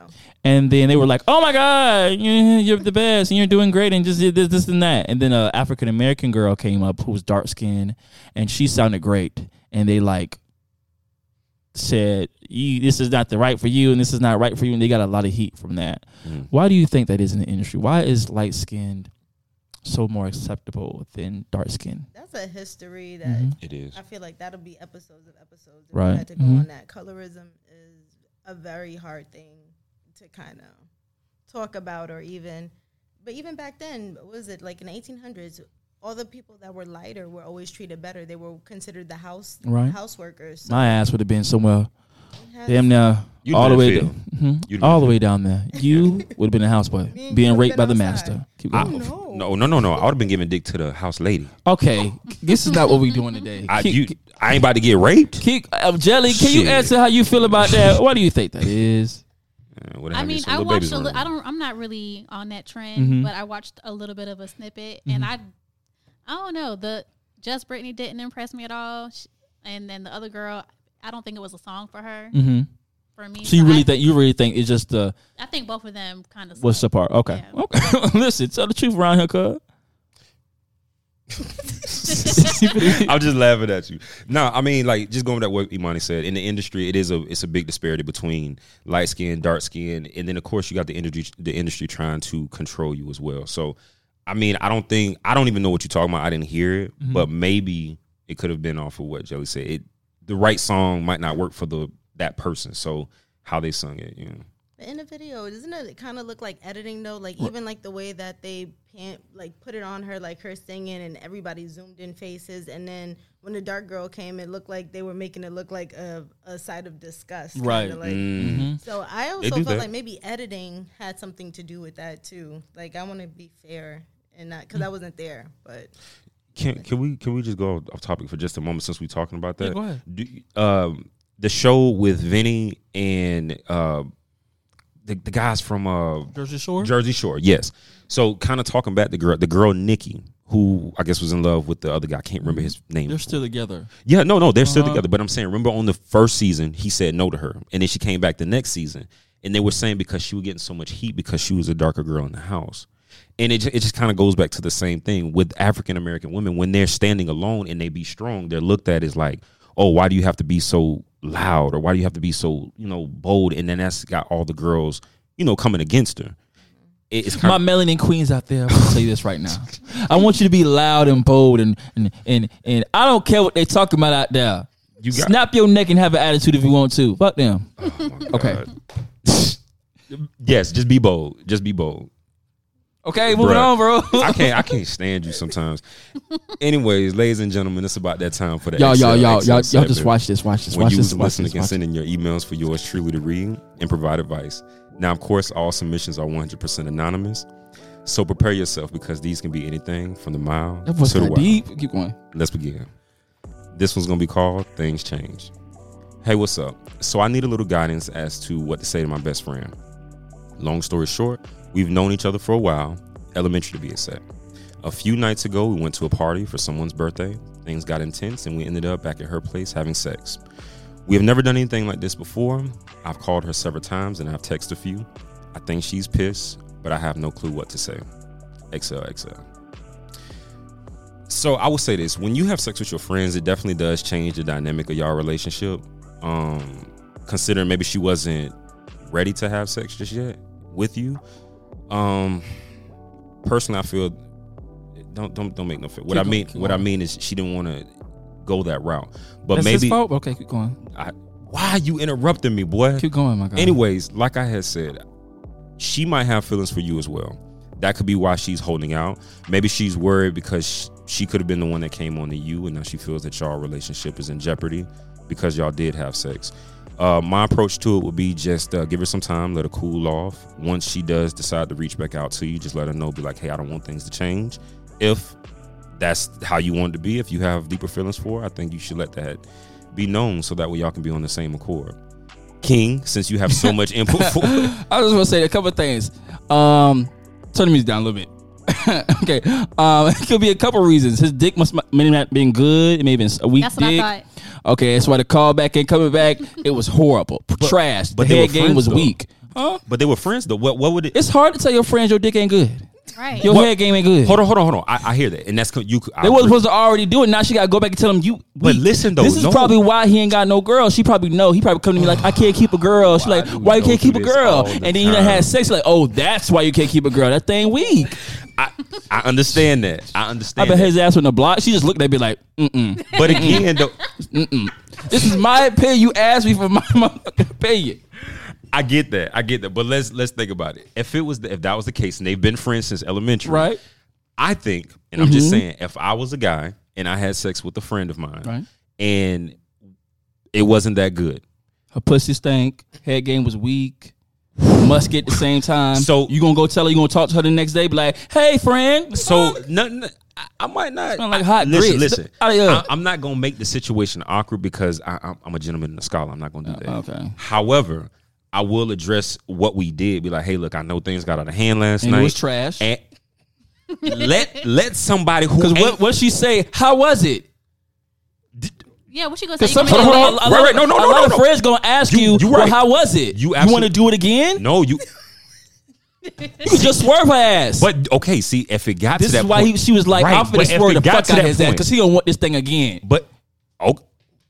Speaker 1: And then they were like, "Oh my God, you- you're the best, and you're doing great, and just did this, this, and that." And then a African American girl came up who was dark skinned and she sounded great. And they like said, you, "This is not the right for you, and this is not right for you." And they got a lot of heat from that.
Speaker 2: Mm.
Speaker 1: Why do you think that is in the industry? Why is light skinned so more acceptable than dark skinned?
Speaker 4: That's a history that
Speaker 1: Mhm.
Speaker 2: It is.
Speaker 4: I feel like that'll be episodes of episodes. If
Speaker 1: Right.
Speaker 4: We had to go
Speaker 2: Mm-hmm.
Speaker 1: Mhm.
Speaker 4: on that. Colorism is a very hard thing to kind of talk about, or even, but even back then, what was it like in the 1800s? All the people that were lighter were always treated better. They were considered the house
Speaker 1: Right.
Speaker 4: house workers. So
Speaker 1: My ass would have been somewhere
Speaker 4: it has-
Speaker 1: damn near
Speaker 2: You'd
Speaker 1: all the
Speaker 2: been
Speaker 1: way,
Speaker 2: in the
Speaker 1: down- Mhm.
Speaker 2: You'd
Speaker 1: all the
Speaker 2: been
Speaker 1: way down there. You would have been a houseboy,
Speaker 4: Me and
Speaker 1: being
Speaker 4: you
Speaker 1: raped by
Speaker 4: would've
Speaker 1: the
Speaker 4: been outside.
Speaker 1: master. Keep going.
Speaker 4: no.
Speaker 2: Oh. No, no, no, no. I would have been giving dick to the house lady.
Speaker 1: Okay, this is not what we doing today.
Speaker 2: I,
Speaker 1: keep,
Speaker 2: you, I ain't about to get raped.
Speaker 1: keep, uh, Jelly, can you
Speaker 2: Shit.
Speaker 1: answer how you feel about that? What do you think that is?
Speaker 2: Uh, would've
Speaker 3: I
Speaker 2: had me
Speaker 3: mean,
Speaker 2: some
Speaker 3: I
Speaker 2: little
Speaker 3: watched
Speaker 2: babies
Speaker 3: a li-
Speaker 2: running
Speaker 3: I
Speaker 2: around.
Speaker 3: don't. I'm not really on that trend,
Speaker 1: Mhm.
Speaker 3: but I watched a little bit of a snippet, and
Speaker 1: Mm-hmm.
Speaker 3: I, I don't know. The just Britney didn't impress me at all, Sh and then the other girl. I don't think it was a song for her
Speaker 1: Mm-hmm.
Speaker 3: for me.
Speaker 1: So you really
Speaker 3: I,
Speaker 1: think you really think it's just the
Speaker 3: I think both of them kind of.
Speaker 1: what's the part? Okay,
Speaker 3: Yeah.
Speaker 1: okay. Listen, tell the truth around here, cuz.
Speaker 2: I'm just laughing at you. No, I mean like just going with that what Imani said. In the industry, it is a it's a big disparity between light skin, dark skin, and then of course you got the industry the industry trying to control you as well. So, I mean, I don't think I don't even know what you're talking about. I didn't hear it, but maybe it could have been off of what Jelly said. It the right song might not work for the that person. So how they sung it, you know.
Speaker 4: But in a video, doesn't it kind of look like editing though? Like even like the way that they pan, like put it on her, like her singing, and everybody zoomed in faces. And then when the dark girl came, it looked like they were making it look like a, a side of disgust, kinda
Speaker 1: Right.
Speaker 4: Like. So I
Speaker 2: Mm-hmm.
Speaker 4: also
Speaker 2: do
Speaker 4: felt
Speaker 2: that.
Speaker 4: like maybe editing had something to do with that too. Like I want to be fair and not because I wasn't there, but
Speaker 2: Can can we can we just go off topic for just a moment since we're talking about that?
Speaker 1: Yeah, go ahead.
Speaker 2: Do, um, the show with Vinny and uh, the the guys from uh,
Speaker 1: Jersey Shore.
Speaker 2: Jersey Shore, yes. So kind of talking back the girl, the girl Nikki, who I guess was in love with the other guy. I can't remember his name.
Speaker 1: They're still together.
Speaker 2: Yeah, no, no, they're still
Speaker 1: Uh-huh.
Speaker 2: together. But I'm saying, remember on the first season, he said no to her, and then she came back the next season, and they were saying because she was getting so much heat because she was a darker girl in the house, and it ju- it just kind of goes back to the same thing with African American women when they're standing alone and they be strong, they're looked at as like, oh, why do you have to be so loud or why do you have to be so you know bold, and then that's got all the girls you know coming against her. It- It's kind
Speaker 1: My
Speaker 2: of
Speaker 1: melanin queens out there, I'm gonna tell you this right now. I want you to be loud and bold and and and, and I don't care what they talking about out there.
Speaker 2: you got
Speaker 1: Snap your neck and have an attitude if you want to. Fuck them.
Speaker 2: Oh my
Speaker 1: Okay.
Speaker 2: God. yes, just be bold. Just be bold.
Speaker 1: Okay, moving
Speaker 2: Bruh.
Speaker 1: on, bro.
Speaker 2: I can't I can't stand you sometimes. Anyways, ladies and gentlemen, it's about that time for that.
Speaker 1: y'all, y'all,
Speaker 2: XL,
Speaker 1: y'all, y'all,
Speaker 2: XL
Speaker 1: y'all just
Speaker 2: segment.
Speaker 1: watch this, watch this,
Speaker 2: When
Speaker 1: watch
Speaker 2: you
Speaker 1: this, watch
Speaker 2: listen,
Speaker 1: this.
Speaker 2: you can
Speaker 1: Watch this.
Speaker 2: send in your emails for yours truly to read and provide advice. Now, of course, all submissions are 100% anonymous, so prepare yourself because these can be anything from the mile
Speaker 1: That was
Speaker 2: to the wild.
Speaker 1: deep. Keep going.
Speaker 2: Let's begin. This one's gonna be called Things Change. Hey, what's up? So I need a little guidance as to what to say to my best friend. Long story short, we've known each other for a while, elementary to be exact. A few nights ago, we went to a party for someone's birthday. Things got intense, and we ended up back at her place having sex. We have never done anything like this before. I've called her several times and I've texted a few. I think she's pissed, but I have no clue what to say. XOXO. So I will say this: when you have sex with your friends, it definitely does change the dynamic of y'all relationship. Um, considering maybe she wasn't ready to have sex just yet with you. Um, personally, I feel don't don't don't make no. Fit. What
Speaker 1: Keep
Speaker 2: I
Speaker 1: going,
Speaker 2: mean,
Speaker 1: keep
Speaker 2: what I
Speaker 1: going.
Speaker 2: mean is she didn't want to go that route. But
Speaker 1: That's his
Speaker 2: maybe
Speaker 1: fault? Okay, keep going.
Speaker 2: I, why you interrupting me, boy?
Speaker 1: Keep going, my guy.
Speaker 2: Anyways, like I had said, she might have feelings for you as well. That could be why she's holding out. Maybe she's worried because sh- she could have been the one that came on to you, and now she feels that y'all relationship is in jeopardy because y'all did have sex. Uh, my approach to it would be just uh, give her some time, let her cool off. Once she does decide to reach back out to you, just let her know, be like, hey, I don't want things to change. If that's how you want it to be, if you have deeper feelings for her, I think you should let that be known so that way y'all can be on the same accord. King, since you have so much input for it.
Speaker 1: I just want to say a couple of things. Um, turn the music down a little bit. okay, um, it could be a couple reasons. His dick must may not been good. It may have been a weak
Speaker 3: That's what I
Speaker 1: dick.
Speaker 3: thought.
Speaker 1: Okay, that's why the callback and coming back. It was horrible, trash.
Speaker 2: but
Speaker 1: the
Speaker 2: they
Speaker 1: head
Speaker 2: were
Speaker 1: game
Speaker 2: friends,
Speaker 1: was
Speaker 2: though.
Speaker 1: weak. Huh?
Speaker 2: But they were friends though. What what would it
Speaker 1: It's hard to tell your friends your dick ain't good.
Speaker 3: Right.
Speaker 1: Your head game ain't good.
Speaker 2: Hold on, hold on, hold on. I, I hear that. And that's co- you could- I
Speaker 1: They was
Speaker 2: agree.
Speaker 1: supposed to already do it. Now she got to go back and tell him you.
Speaker 2: But
Speaker 1: weak.
Speaker 2: listen, though,
Speaker 1: this is
Speaker 2: no.
Speaker 1: probably why he ain't got no girl. She probably know. He probably come to me like, I can't keep a girl. She like,
Speaker 2: do
Speaker 1: why you
Speaker 2: y'all
Speaker 1: can't
Speaker 2: do
Speaker 1: keep a
Speaker 2: this
Speaker 1: girl?
Speaker 2: all the
Speaker 1: And then you done
Speaker 2: time?
Speaker 1: had sex. Like, oh, that's why you can't keep a girl. That thing weak.
Speaker 2: I, I understand that. I
Speaker 1: I
Speaker 2: understand
Speaker 1: bet
Speaker 2: that.
Speaker 1: his ass on the block. She just looked at me like, mm-mm.
Speaker 2: But again though,
Speaker 1: This is my opinion. You asked me for my motherfucking opinion.
Speaker 2: I get that. I get that. But let's let's think about it. If it was the, if that was the case and they've been friends since elementary,
Speaker 1: Right. Mm-hmm.
Speaker 2: I think, and I'm just saying, if I was a guy and I had sex with a friend of mine
Speaker 1: Right.
Speaker 2: and it wasn't that good.
Speaker 1: Her pussy stank. Head game was weak. Must get the same time.
Speaker 2: So-
Speaker 1: you gonna go tell her you gonna talk to her the next day? Be like, hey, friend.
Speaker 2: So nothing. I, I might not.
Speaker 1: Smell like hot
Speaker 2: I- listen,
Speaker 1: grits.
Speaker 2: listen.
Speaker 1: Oh, yeah.
Speaker 2: I, am not gonna make the situation awkward because I, I'm, I'm a gentleman and a scholar. I'm not gonna do that.
Speaker 1: Oh, okay.
Speaker 2: However, I will address what we did. Be like, hey, look, I know things got out of hand last
Speaker 1: And it
Speaker 2: night.
Speaker 1: was trash.
Speaker 2: And let let somebody who
Speaker 1: Because
Speaker 2: ain't,
Speaker 1: what what she say? How was it?
Speaker 3: Yeah, what you gonna say?
Speaker 1: Because
Speaker 3: You
Speaker 1: some
Speaker 3: gonna
Speaker 1: people,
Speaker 3: make
Speaker 2: hold
Speaker 1: a
Speaker 2: on, hold
Speaker 3: it lit?
Speaker 2: on.
Speaker 1: lot,
Speaker 2: Right, right. No, no,
Speaker 1: a
Speaker 2: no,
Speaker 1: lot of
Speaker 2: no.
Speaker 1: friends gonna ask
Speaker 2: You-
Speaker 1: you,
Speaker 2: you
Speaker 1: well,
Speaker 2: right.
Speaker 1: how was it?
Speaker 2: You
Speaker 1: want to
Speaker 2: absolutely-
Speaker 1: do it again?
Speaker 2: No, you.
Speaker 1: You could just swerve her ass.
Speaker 2: But okay, see, if it got
Speaker 1: this
Speaker 2: to that
Speaker 1: is why
Speaker 2: point,
Speaker 1: he, she was like,
Speaker 2: Right,
Speaker 1: I'm
Speaker 2: but
Speaker 1: finna
Speaker 2: if
Speaker 1: swerve
Speaker 2: it
Speaker 1: the
Speaker 2: got
Speaker 1: fuck
Speaker 2: to
Speaker 1: out
Speaker 2: that
Speaker 1: his ass
Speaker 2: point-
Speaker 1: because he don't want this thing again.
Speaker 2: But oh,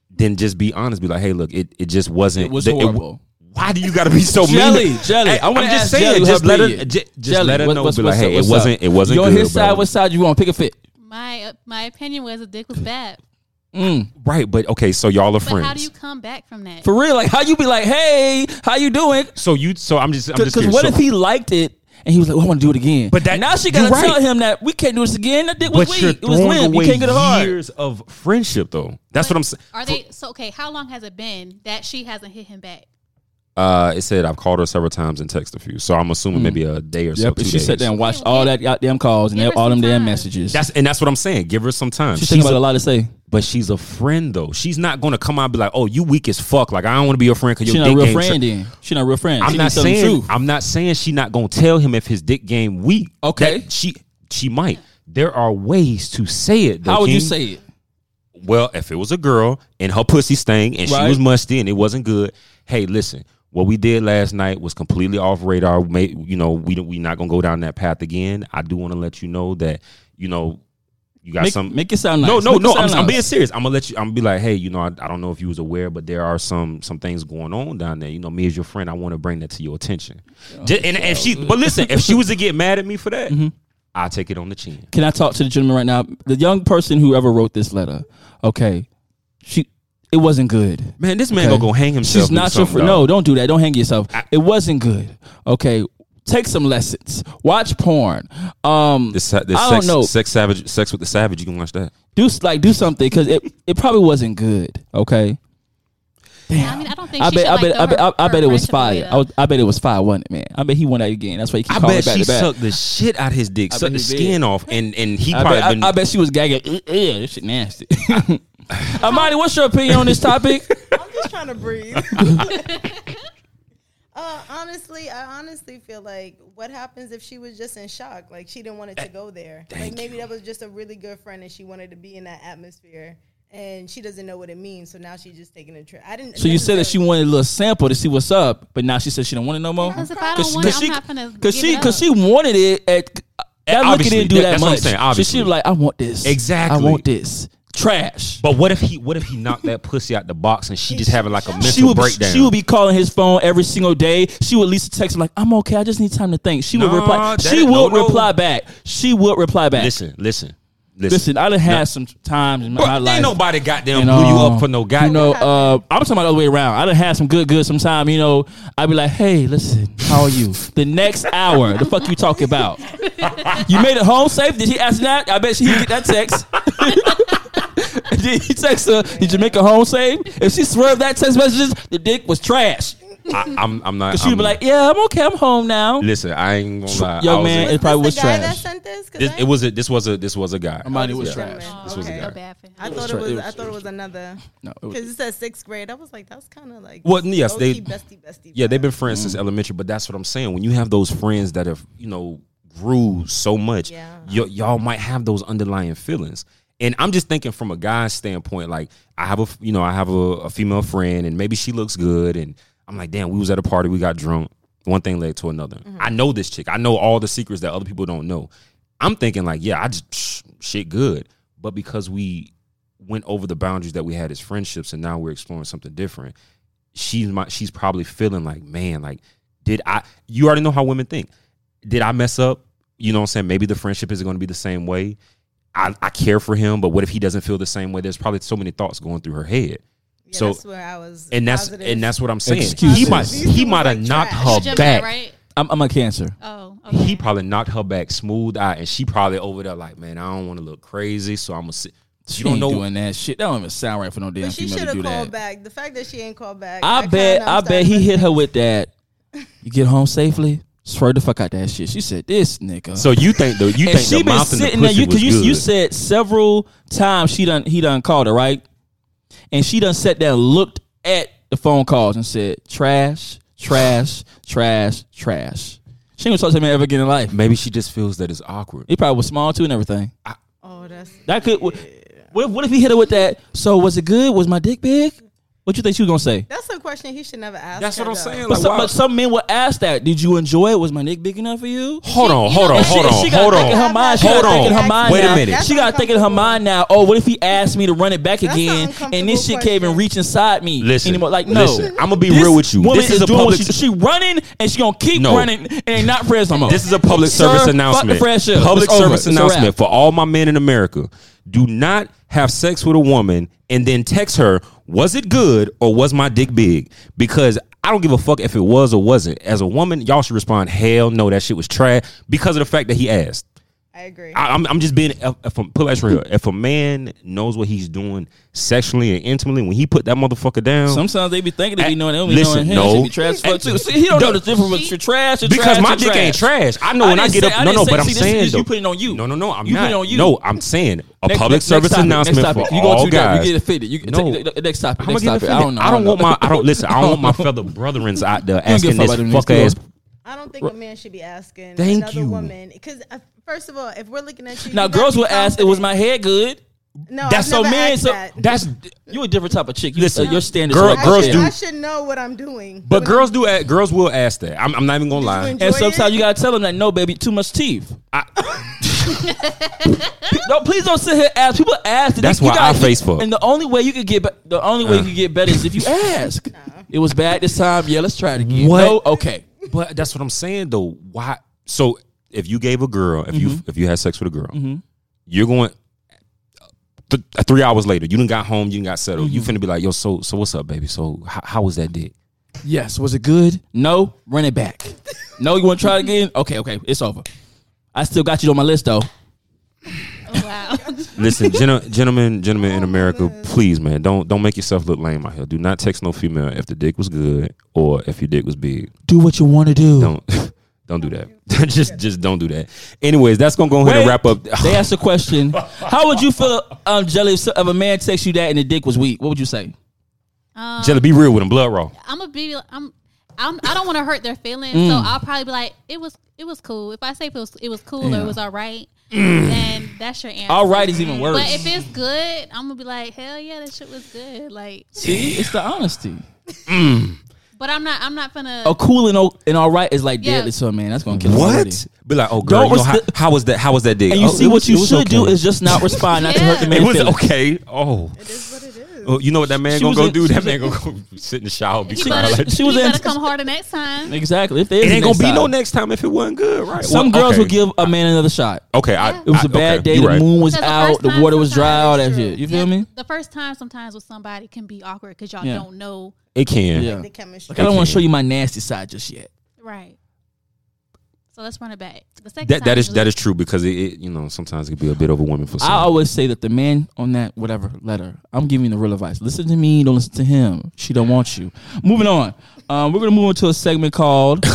Speaker 2: then just be honest. Be like, hey, look, it, it just wasn't.
Speaker 1: It was
Speaker 2: the-
Speaker 1: horrible.
Speaker 2: why do you got to be so
Speaker 1: Jelly,
Speaker 2: mean?
Speaker 1: jelly.
Speaker 2: Hey, I'm,
Speaker 1: I'm
Speaker 2: just
Speaker 1: gonna ask
Speaker 2: saying.
Speaker 1: Jelly
Speaker 2: Just
Speaker 1: her
Speaker 2: let her.
Speaker 1: opinion.
Speaker 2: ju- just
Speaker 1: Jelly,
Speaker 2: let her
Speaker 1: what-
Speaker 2: know.
Speaker 1: what's-
Speaker 2: be like,
Speaker 1: what's up,
Speaker 2: hey, it
Speaker 1: what's
Speaker 2: wasn't.
Speaker 1: up?
Speaker 2: It wasn't.
Speaker 1: You on
Speaker 2: good,
Speaker 1: his
Speaker 2: bro.
Speaker 1: side? What side you on? Pick a fit.
Speaker 3: My uh, my opinion was the dick was bad.
Speaker 2: Right, but okay. So y'all are
Speaker 3: But
Speaker 2: friends.
Speaker 3: how do you come back from that?
Speaker 1: For real, like how you be like, hey, how you doing?
Speaker 2: so you. So I'm just. I'm just.
Speaker 1: Because
Speaker 2: curious.
Speaker 1: what
Speaker 2: So-
Speaker 1: if he liked it and he was like, well, I want to do it again?
Speaker 2: But that-
Speaker 1: now she gotta
Speaker 2: you're right.
Speaker 1: tell him that we can't do this again. That dick was
Speaker 2: But you're
Speaker 1: weak. It was
Speaker 2: throwing
Speaker 1: limp. You
Speaker 2: away
Speaker 1: can't get it hard.
Speaker 2: years of friendship, though. That's what I'm saying.
Speaker 3: Are they so okay? How long has it been that she hasn't hit him back?
Speaker 2: Uh, it said I've called her several times and texted a few, so I'm assuming maybe a day or so.
Speaker 1: Hmm. Yep,
Speaker 2: Two
Speaker 1: and she
Speaker 2: days.
Speaker 1: sat there and watched
Speaker 3: Give her
Speaker 1: all that goddamn calls and
Speaker 3: some
Speaker 1: all them damn
Speaker 3: time.
Speaker 1: messages.
Speaker 2: That's and that's what I'm saying. Give her some time.
Speaker 1: She's
Speaker 2: She's
Speaker 1: thinking about a lot to say.
Speaker 2: But she's a friend though. She's not gonna come out and be like, "Oh, you weak as fuck." Like I don't want to be your friend because
Speaker 1: She's
Speaker 2: your
Speaker 1: not a real
Speaker 2: dick game. tra-
Speaker 1: friend. Then she's not a real friend.
Speaker 2: I'm
Speaker 1: She
Speaker 2: not
Speaker 1: needs to tell him the
Speaker 2: saying.
Speaker 1: truth.
Speaker 2: I'm not saying she not gonna tell him if his dick game weak.
Speaker 1: Okay.
Speaker 2: That- she she might. There are ways to say it. Though,
Speaker 1: How would you
Speaker 2: King.
Speaker 1: say it?
Speaker 2: Well, if it was a girl and her pussy stank and
Speaker 1: Right.
Speaker 2: she was musty and it wasn't good, hey, listen, what we did last night was completely off radar. May, you know, we we not gonna go down that path again. I do want to let you know that you know you got
Speaker 1: Make,
Speaker 2: some.
Speaker 1: make it sound nice.
Speaker 2: no, no,
Speaker 1: Make it
Speaker 2: no.
Speaker 1: sound
Speaker 2: I'm, I'm
Speaker 1: nice.
Speaker 2: being serious. I'm gonna let you. I'm gonna be like, hey, you know, I, I don't know if you was aware, but there are some some things going on down there. You know, me as your friend, I want to bring that to your attention. Just, and if she, but listen, if she was to get mad at me for that, I take it on the chin.
Speaker 1: Can I talk to the gentleman right now? The young person who ever wrote this letter. Okay, she. It wasn't good.
Speaker 2: Man, this man
Speaker 1: Okay.
Speaker 2: gonna go hang himself.
Speaker 1: She's not your friend. No, don't do that. Don't hang yourself. it wasn't good. Okay, take some lessons. Watch porn. Um,
Speaker 2: The, sa- the
Speaker 1: I
Speaker 2: sex,
Speaker 1: don't know.
Speaker 2: Sex savage, sex with the savage. You can watch that.
Speaker 1: do s- like do something because it it probably wasn't good. Okay.
Speaker 3: Yeah, I mean, I don't think
Speaker 1: I
Speaker 3: she
Speaker 1: bet,
Speaker 3: should,
Speaker 1: I
Speaker 3: like,
Speaker 1: bet,
Speaker 3: throw
Speaker 1: I bet,
Speaker 3: her-
Speaker 1: I, I
Speaker 3: her
Speaker 1: bet it was
Speaker 3: friendship away,
Speaker 1: fire. I,
Speaker 3: though.
Speaker 1: was, I bet it was fire, wasn't it, man? I bet he won that again. That's why he keep
Speaker 2: I
Speaker 1: calling
Speaker 2: bet
Speaker 1: back
Speaker 2: she
Speaker 1: to back.
Speaker 2: sucked the shit out his dick,
Speaker 1: bet
Speaker 2: sucked
Speaker 1: he
Speaker 2: the
Speaker 1: did.
Speaker 2: skin off, and and he
Speaker 1: I
Speaker 2: probably
Speaker 1: bet, I-
Speaker 2: been.
Speaker 1: I, bet she was gagging. "Ew, ew, this shit nasty. Amani, what's your opinion on this topic?
Speaker 4: I'm just trying to breathe. uh, honestly, I honestly feel like what happens if she was just in shock? Like she didn't want it to go there.
Speaker 2: thank
Speaker 4: like maybe that was just a really good friend and she wanted to be in that atmosphere and she doesn't know what it means, so now she's just taking a trip. I didn't
Speaker 1: so you said that she
Speaker 4: necessarily-
Speaker 1: wanted a little sample to see what's up, but now she says she don't want it no more.
Speaker 3: Because if I don't want it, I'm not gonna.
Speaker 1: because
Speaker 3: give
Speaker 1: she,
Speaker 3: it
Speaker 1: because
Speaker 3: up.
Speaker 1: she wanted it at. That look it
Speaker 2: Obviously,
Speaker 1: didn't do
Speaker 2: that-
Speaker 1: that
Speaker 2: that's what I'm
Speaker 1: much.
Speaker 2: saying,
Speaker 1: so she
Speaker 2: obviously.
Speaker 1: was like, I want this. I
Speaker 2: Exactly.
Speaker 1: want this trash.
Speaker 2: but what if he? What if he knocked that pussy out the box and she just having like a mental
Speaker 1: she would
Speaker 2: breakdown?
Speaker 1: she would be calling his phone every single day. She would at least text him like, "I'm okay. I just need time to think." She would
Speaker 2: Nah,
Speaker 1: reply.
Speaker 2: that
Speaker 1: She
Speaker 2: is-
Speaker 1: would
Speaker 2: no, no.
Speaker 1: reply back. She would reply back.
Speaker 2: listen, listen, listen.
Speaker 1: Listen, I done had
Speaker 2: No.
Speaker 1: some times in my
Speaker 2: Bro, ain't
Speaker 1: life.
Speaker 2: nobody goddamn
Speaker 1: you
Speaker 2: blew you
Speaker 1: know,
Speaker 2: up for no
Speaker 1: You know,
Speaker 2: goddamn.
Speaker 1: uh, I'm talking about the other way around. I done had some good, good sometime. You know, I'd be like, hey, listen, how are you? The next hour, the fuck you talking about? You made it home safe? Did he ask that? I bet she he get that text. Did he text her? Did you make her home safe? If she swerved that text messages, the dick was trash.
Speaker 2: I, I'm, I'm not.
Speaker 1: Cause she'd
Speaker 2: I'm-
Speaker 1: be like, yeah, I'm okay. I'm home now.
Speaker 2: listen, I ain't gonna lie.
Speaker 1: Young
Speaker 2: I was
Speaker 1: man,
Speaker 2: a-
Speaker 1: it probably was
Speaker 4: Is this the guy that
Speaker 1: trash.
Speaker 4: sent this? 'Cause
Speaker 2: this,
Speaker 4: I-
Speaker 2: it was a, this was a this was a guy.
Speaker 1: Somebody was
Speaker 2: Yeah.
Speaker 1: trash.
Speaker 4: Oh,
Speaker 2: This was a
Speaker 4: okay.
Speaker 2: guy.
Speaker 3: So bad for him.
Speaker 4: I
Speaker 1: was
Speaker 4: thought
Speaker 1: tra-
Speaker 4: it was.
Speaker 1: it was-
Speaker 4: I thought it was another.
Speaker 1: No, it was-
Speaker 4: because it said sixth grade. I was like, that's kind of like.
Speaker 2: Well, yes, they-
Speaker 4: low-key bestie, bestie
Speaker 2: Yeah, they've
Speaker 4: vibes.
Speaker 2: been friends since elementary, but that's what I'm saying. When you have those friends that have, you know, grew so much,
Speaker 4: Yeah.
Speaker 2: y- y'all might have those underlying feelings. And I'm just thinking from a guy's standpoint, like I have a, f- you know, I have a, a female friend, and maybe she looks good, and I'm like, damn, we was at a party, we got drunk. One thing led to another. I know this chick. I know all the secrets that other people don't know. I'm thinking like, yeah, I just psh, shit good, but because we went over the boundaries that we had as friendships, and now we're exploring something different she's my she's probably feeling like man like did i you already know how women think did i mess up you know what i'm saying maybe the friendship isn't going to be the same way I, I care for him but what if he doesn't feel the same way there's probably so many thoughts going through her head
Speaker 4: Yeah,
Speaker 2: so-
Speaker 4: that's where I was.
Speaker 2: and that's
Speaker 4: positive.
Speaker 2: and that's what i'm saying
Speaker 1: Excuses.
Speaker 2: he might
Speaker 4: These
Speaker 2: he
Speaker 4: people
Speaker 2: might have
Speaker 4: like
Speaker 2: knocked
Speaker 4: trash.
Speaker 2: her
Speaker 3: Gemini,
Speaker 2: back
Speaker 3: right?
Speaker 1: I'm, I'm a cancer.
Speaker 3: Oh, okay.
Speaker 2: he probably knocked her back smooth out and she probably over there like man i don't want to look crazy so i'm gonna sit
Speaker 1: She
Speaker 2: you don't
Speaker 1: ain't
Speaker 2: know
Speaker 1: doing that shit. That don't even sound right for no damn
Speaker 4: But she
Speaker 1: female
Speaker 4: should
Speaker 1: to do
Speaker 4: have
Speaker 1: that.
Speaker 4: called back. The fact that she ain't called back.
Speaker 1: I bet,
Speaker 4: kinda-
Speaker 1: I
Speaker 4: I'm
Speaker 1: bet
Speaker 4: starting
Speaker 1: he
Speaker 4: to-
Speaker 1: hit her with that. You get home safely. Swear the fuck out that shit. She said this nigga.
Speaker 2: so you think though you
Speaker 1: and
Speaker 2: think
Speaker 1: she
Speaker 2: the
Speaker 1: been
Speaker 2: mouth and the
Speaker 1: sitting there. You,
Speaker 2: pussy was
Speaker 1: you, you
Speaker 2: good
Speaker 1: said several times she done he done called her right, and she done sat there and looked at the phone calls and said trash, trash, trash, trash. She ain't gonna talk to me ever again in life.
Speaker 2: maybe she just feels that it's awkward
Speaker 1: He probably was small too and everything.
Speaker 4: Oh, that's.
Speaker 1: That could What if, what if he hit her with that? So was it good? Was my dick big? What you think she was gonna say?
Speaker 4: That's a question he should never ask.
Speaker 2: That's
Speaker 4: her,
Speaker 2: what I'm
Speaker 4: though.
Speaker 2: saying.
Speaker 1: But
Speaker 2: Like,
Speaker 1: some,
Speaker 2: why-
Speaker 1: but some men will ask that. Did you enjoy it? Was my dick big enough for you?
Speaker 2: hold on, hold on,
Speaker 1: She-
Speaker 2: hold on,
Speaker 1: she gotta
Speaker 2: hold
Speaker 1: think in
Speaker 2: on.
Speaker 1: her mind. She
Speaker 2: Hold
Speaker 1: gotta think in
Speaker 2: on.
Speaker 1: her mind
Speaker 2: Wait a
Speaker 1: now.
Speaker 2: minute.
Speaker 1: She gotta think in her mind now. Oh, what if he asked me to run it back
Speaker 4: That's an
Speaker 1: again, and this shit can't even
Speaker 4: uncomfortable
Speaker 1: reach inside me
Speaker 2: Listen,
Speaker 1: anymore? Like, no.
Speaker 2: listen, I'm gonna be
Speaker 1: This
Speaker 2: real with you.
Speaker 1: Woman
Speaker 2: This is a
Speaker 1: doing what
Speaker 2: public.
Speaker 1: she, she running and she gonna keep
Speaker 2: No.
Speaker 1: running and ain't not friends no more.
Speaker 2: This is a public
Speaker 1: Oh. Sir,
Speaker 2: service
Speaker 1: fuck the
Speaker 2: announcement.
Speaker 1: fresh air.
Speaker 2: Public
Speaker 1: It's over.
Speaker 2: service
Speaker 1: It's a wrap.
Speaker 2: announcement for all my men in America. Do not have sex with a woman and then text her, was it good or was my dick big? Because I don't give a fuck if it was or wasn't. As a woman, y'all should respond, hell no, that shit was trash because of the fact that he asked.
Speaker 4: I agree.
Speaker 2: I, I'm, I'm just being if, if I'm, put that real. If a man knows what he's doing sexually and intimately, when he put that motherfucker down,
Speaker 1: Sometimes they be thinking they be
Speaker 2: At-
Speaker 1: knowing they don't be knowing
Speaker 2: listen,
Speaker 1: him.
Speaker 2: no.
Speaker 1: She be trash as fuck too. See, he don't know the difference between trash and trash
Speaker 2: because my
Speaker 1: and
Speaker 2: dick
Speaker 1: trash.
Speaker 2: ain't trash. I know
Speaker 1: I
Speaker 2: when I
Speaker 1: didn't
Speaker 2: get
Speaker 1: say- I
Speaker 2: up. No,
Speaker 1: didn't
Speaker 2: no,
Speaker 1: say-
Speaker 2: but I'm
Speaker 1: see, this is
Speaker 2: saying
Speaker 1: just you
Speaker 2: though-
Speaker 1: putting on you.
Speaker 2: No, no, no. I'm
Speaker 1: You
Speaker 2: not.
Speaker 1: putting on you.
Speaker 2: No, I'm saying a
Speaker 1: Next-
Speaker 2: public
Speaker 1: next-
Speaker 2: service
Speaker 1: next topic,
Speaker 2: announcement
Speaker 1: next topic.
Speaker 2: for
Speaker 1: you
Speaker 2: all
Speaker 1: to
Speaker 2: guys.
Speaker 1: You get offended. You
Speaker 2: No.
Speaker 1: take the- the next topic.
Speaker 2: I'm
Speaker 1: Next
Speaker 2: gonna get
Speaker 1: topic. I don't know.
Speaker 2: offended. I don't want
Speaker 1: know.
Speaker 2: my. I don't listen. I don't want my fellow brethrens out there
Speaker 1: don't give a fuck
Speaker 2: asking this
Speaker 1: about them
Speaker 2: fuck
Speaker 1: niggas,
Speaker 2: ass.
Speaker 1: girl.
Speaker 4: I don't think a man should be asking
Speaker 2: Thank
Speaker 4: another
Speaker 2: you.
Speaker 4: woman because uh, first of all, if we're looking at you,
Speaker 1: Now,
Speaker 4: you gotta
Speaker 1: girls
Speaker 4: be
Speaker 1: will ask, "It was my
Speaker 4: confident.
Speaker 1: head good?"
Speaker 4: No,
Speaker 1: That's
Speaker 4: I've
Speaker 1: so
Speaker 4: never
Speaker 1: man.
Speaker 4: asked
Speaker 1: So
Speaker 4: that.
Speaker 2: That's
Speaker 1: You a different type of chick. You,
Speaker 2: Listen,
Speaker 1: uh, your standards.
Speaker 2: girl-
Speaker 1: are like
Speaker 4: I
Speaker 2: girls
Speaker 4: should,
Speaker 2: do.
Speaker 4: I should know what I'm doing.
Speaker 2: but
Speaker 4: When
Speaker 2: girls do. a- Girls will ask that. I'm, I'm not even gonna
Speaker 4: I'm
Speaker 2: lie.
Speaker 4: enjoying
Speaker 1: And
Speaker 4: it,
Speaker 1: sometimes you gotta tell them that no, baby, too much teeth. no, please don't sit here and ask. People ask. and
Speaker 2: That's
Speaker 1: you
Speaker 2: why
Speaker 1: gotta-
Speaker 2: I face fuck.
Speaker 1: And the only way you could get be- the only way you could get better is if you ask. It was bad this time. Yeah, let's try it again.
Speaker 2: What?
Speaker 1: No, okay.
Speaker 2: But that's what I'm saying though. Why? So if you gave a girl, if you
Speaker 1: Mm-hmm.
Speaker 2: if you had sex with a girl, you're going th- uh, three hours later. You done got home. You done got settled.
Speaker 1: Mm-hmm.
Speaker 2: You finna be like, yo. So so what's up, baby? So how, how was that dick?
Speaker 1: Yes. Was it good? No. Run it back. no. You want to try it again? Okay. Okay. It's over. I still got you on my list though.
Speaker 3: Oh, wow.
Speaker 2: Listen, gen- gentlemen, gentlemen in America, please, man, don't don't make yourself look lame out here. Do not text no female if the dick was good or if your dick was big.
Speaker 1: Do what you want to do.
Speaker 2: Don't don't do that. just just don't do that. Anyways, that's gonna go ahead and
Speaker 1: Wait.
Speaker 2: wrap up.
Speaker 1: They asked a question. How would you feel, um, Jelly, if, if a man texts you that and the dick was weak? What would you say?
Speaker 3: Um,
Speaker 2: Jelly, be real with him. Blood raw.
Speaker 3: I'm gonna be. I'm. I'm I don't want to hurt their feelings, so
Speaker 1: Mm.
Speaker 3: I'll probably be like, "It was. It was cool." If I say it was, it was cool or it was all right, then that's your answer.
Speaker 1: All right Mm. is even worse.
Speaker 3: But if it's good, I'm gonna be like, "Hell yeah, that shit was good." Like,
Speaker 1: See, it's the honesty.
Speaker 3: but I'm not. I'm not gonna.
Speaker 1: A cool and, o- and all right is like
Speaker 3: Yeah.
Speaker 1: deadly to a man. That's gonna kill him already.
Speaker 2: Be like, oh girl,
Speaker 1: Don't
Speaker 2: you know, how,
Speaker 1: resp-
Speaker 2: how was that? How was that dick?
Speaker 1: And you
Speaker 2: Oh,
Speaker 1: see,
Speaker 2: it
Speaker 1: what
Speaker 2: was-
Speaker 1: you
Speaker 2: it was
Speaker 1: should do
Speaker 2: okay.
Speaker 1: is just not respond, not to hurt the
Speaker 3: Yeah.
Speaker 1: man.
Speaker 2: It was
Speaker 1: feelings.
Speaker 2: okay. Oh,
Speaker 4: It is what it is.
Speaker 2: Oh, you know what that man
Speaker 1: She
Speaker 2: gonna
Speaker 1: was
Speaker 2: go
Speaker 1: in-
Speaker 2: do?
Speaker 1: she
Speaker 2: That
Speaker 1: was in-
Speaker 2: man gonna go sit in the shower, be
Speaker 3: he
Speaker 2: crying.
Speaker 3: better,
Speaker 2: Like,
Speaker 1: She
Speaker 3: she
Speaker 1: was
Speaker 3: was
Speaker 1: in-
Speaker 3: better come harder next time.
Speaker 1: Exactly. If there is
Speaker 2: it
Speaker 1: a
Speaker 2: ain't gonna
Speaker 1: next
Speaker 2: be no
Speaker 1: time.
Speaker 2: next time if it wasn't good, right?
Speaker 1: Some
Speaker 2: Well,
Speaker 1: girls
Speaker 2: okay. Ah,
Speaker 1: will give a man another shot.
Speaker 2: Okay, I,
Speaker 3: Yeah.
Speaker 1: It was
Speaker 2: a
Speaker 1: a bad day. The moon was
Speaker 3: Because the
Speaker 1: out.
Speaker 3: first
Speaker 1: The
Speaker 3: time
Speaker 1: water was dry. All that
Speaker 4: sometimes
Speaker 1: shit.
Speaker 4: it's
Speaker 1: You feel
Speaker 3: Yeah,
Speaker 1: me?
Speaker 3: The first time sometimes with somebody can be awkward because y'all
Speaker 1: Yeah.
Speaker 3: don't know.
Speaker 2: It can.
Speaker 1: Yeah.
Speaker 4: The chemistry.
Speaker 1: Like, I don't want
Speaker 2: Oh, Okay.
Speaker 1: to show you my nasty side just yet.
Speaker 3: Right. So let's run it back. The second
Speaker 2: That
Speaker 3: time
Speaker 2: that is
Speaker 3: usually-
Speaker 2: that is true because it, it you know sometimes it can be a bit overwhelming for some.
Speaker 1: I always say that the man on that whatever letter, I'm giving you the real advice. Listen to me, don't listen to him. She don't want you. Moving on, um, we're gonna move into a segment called.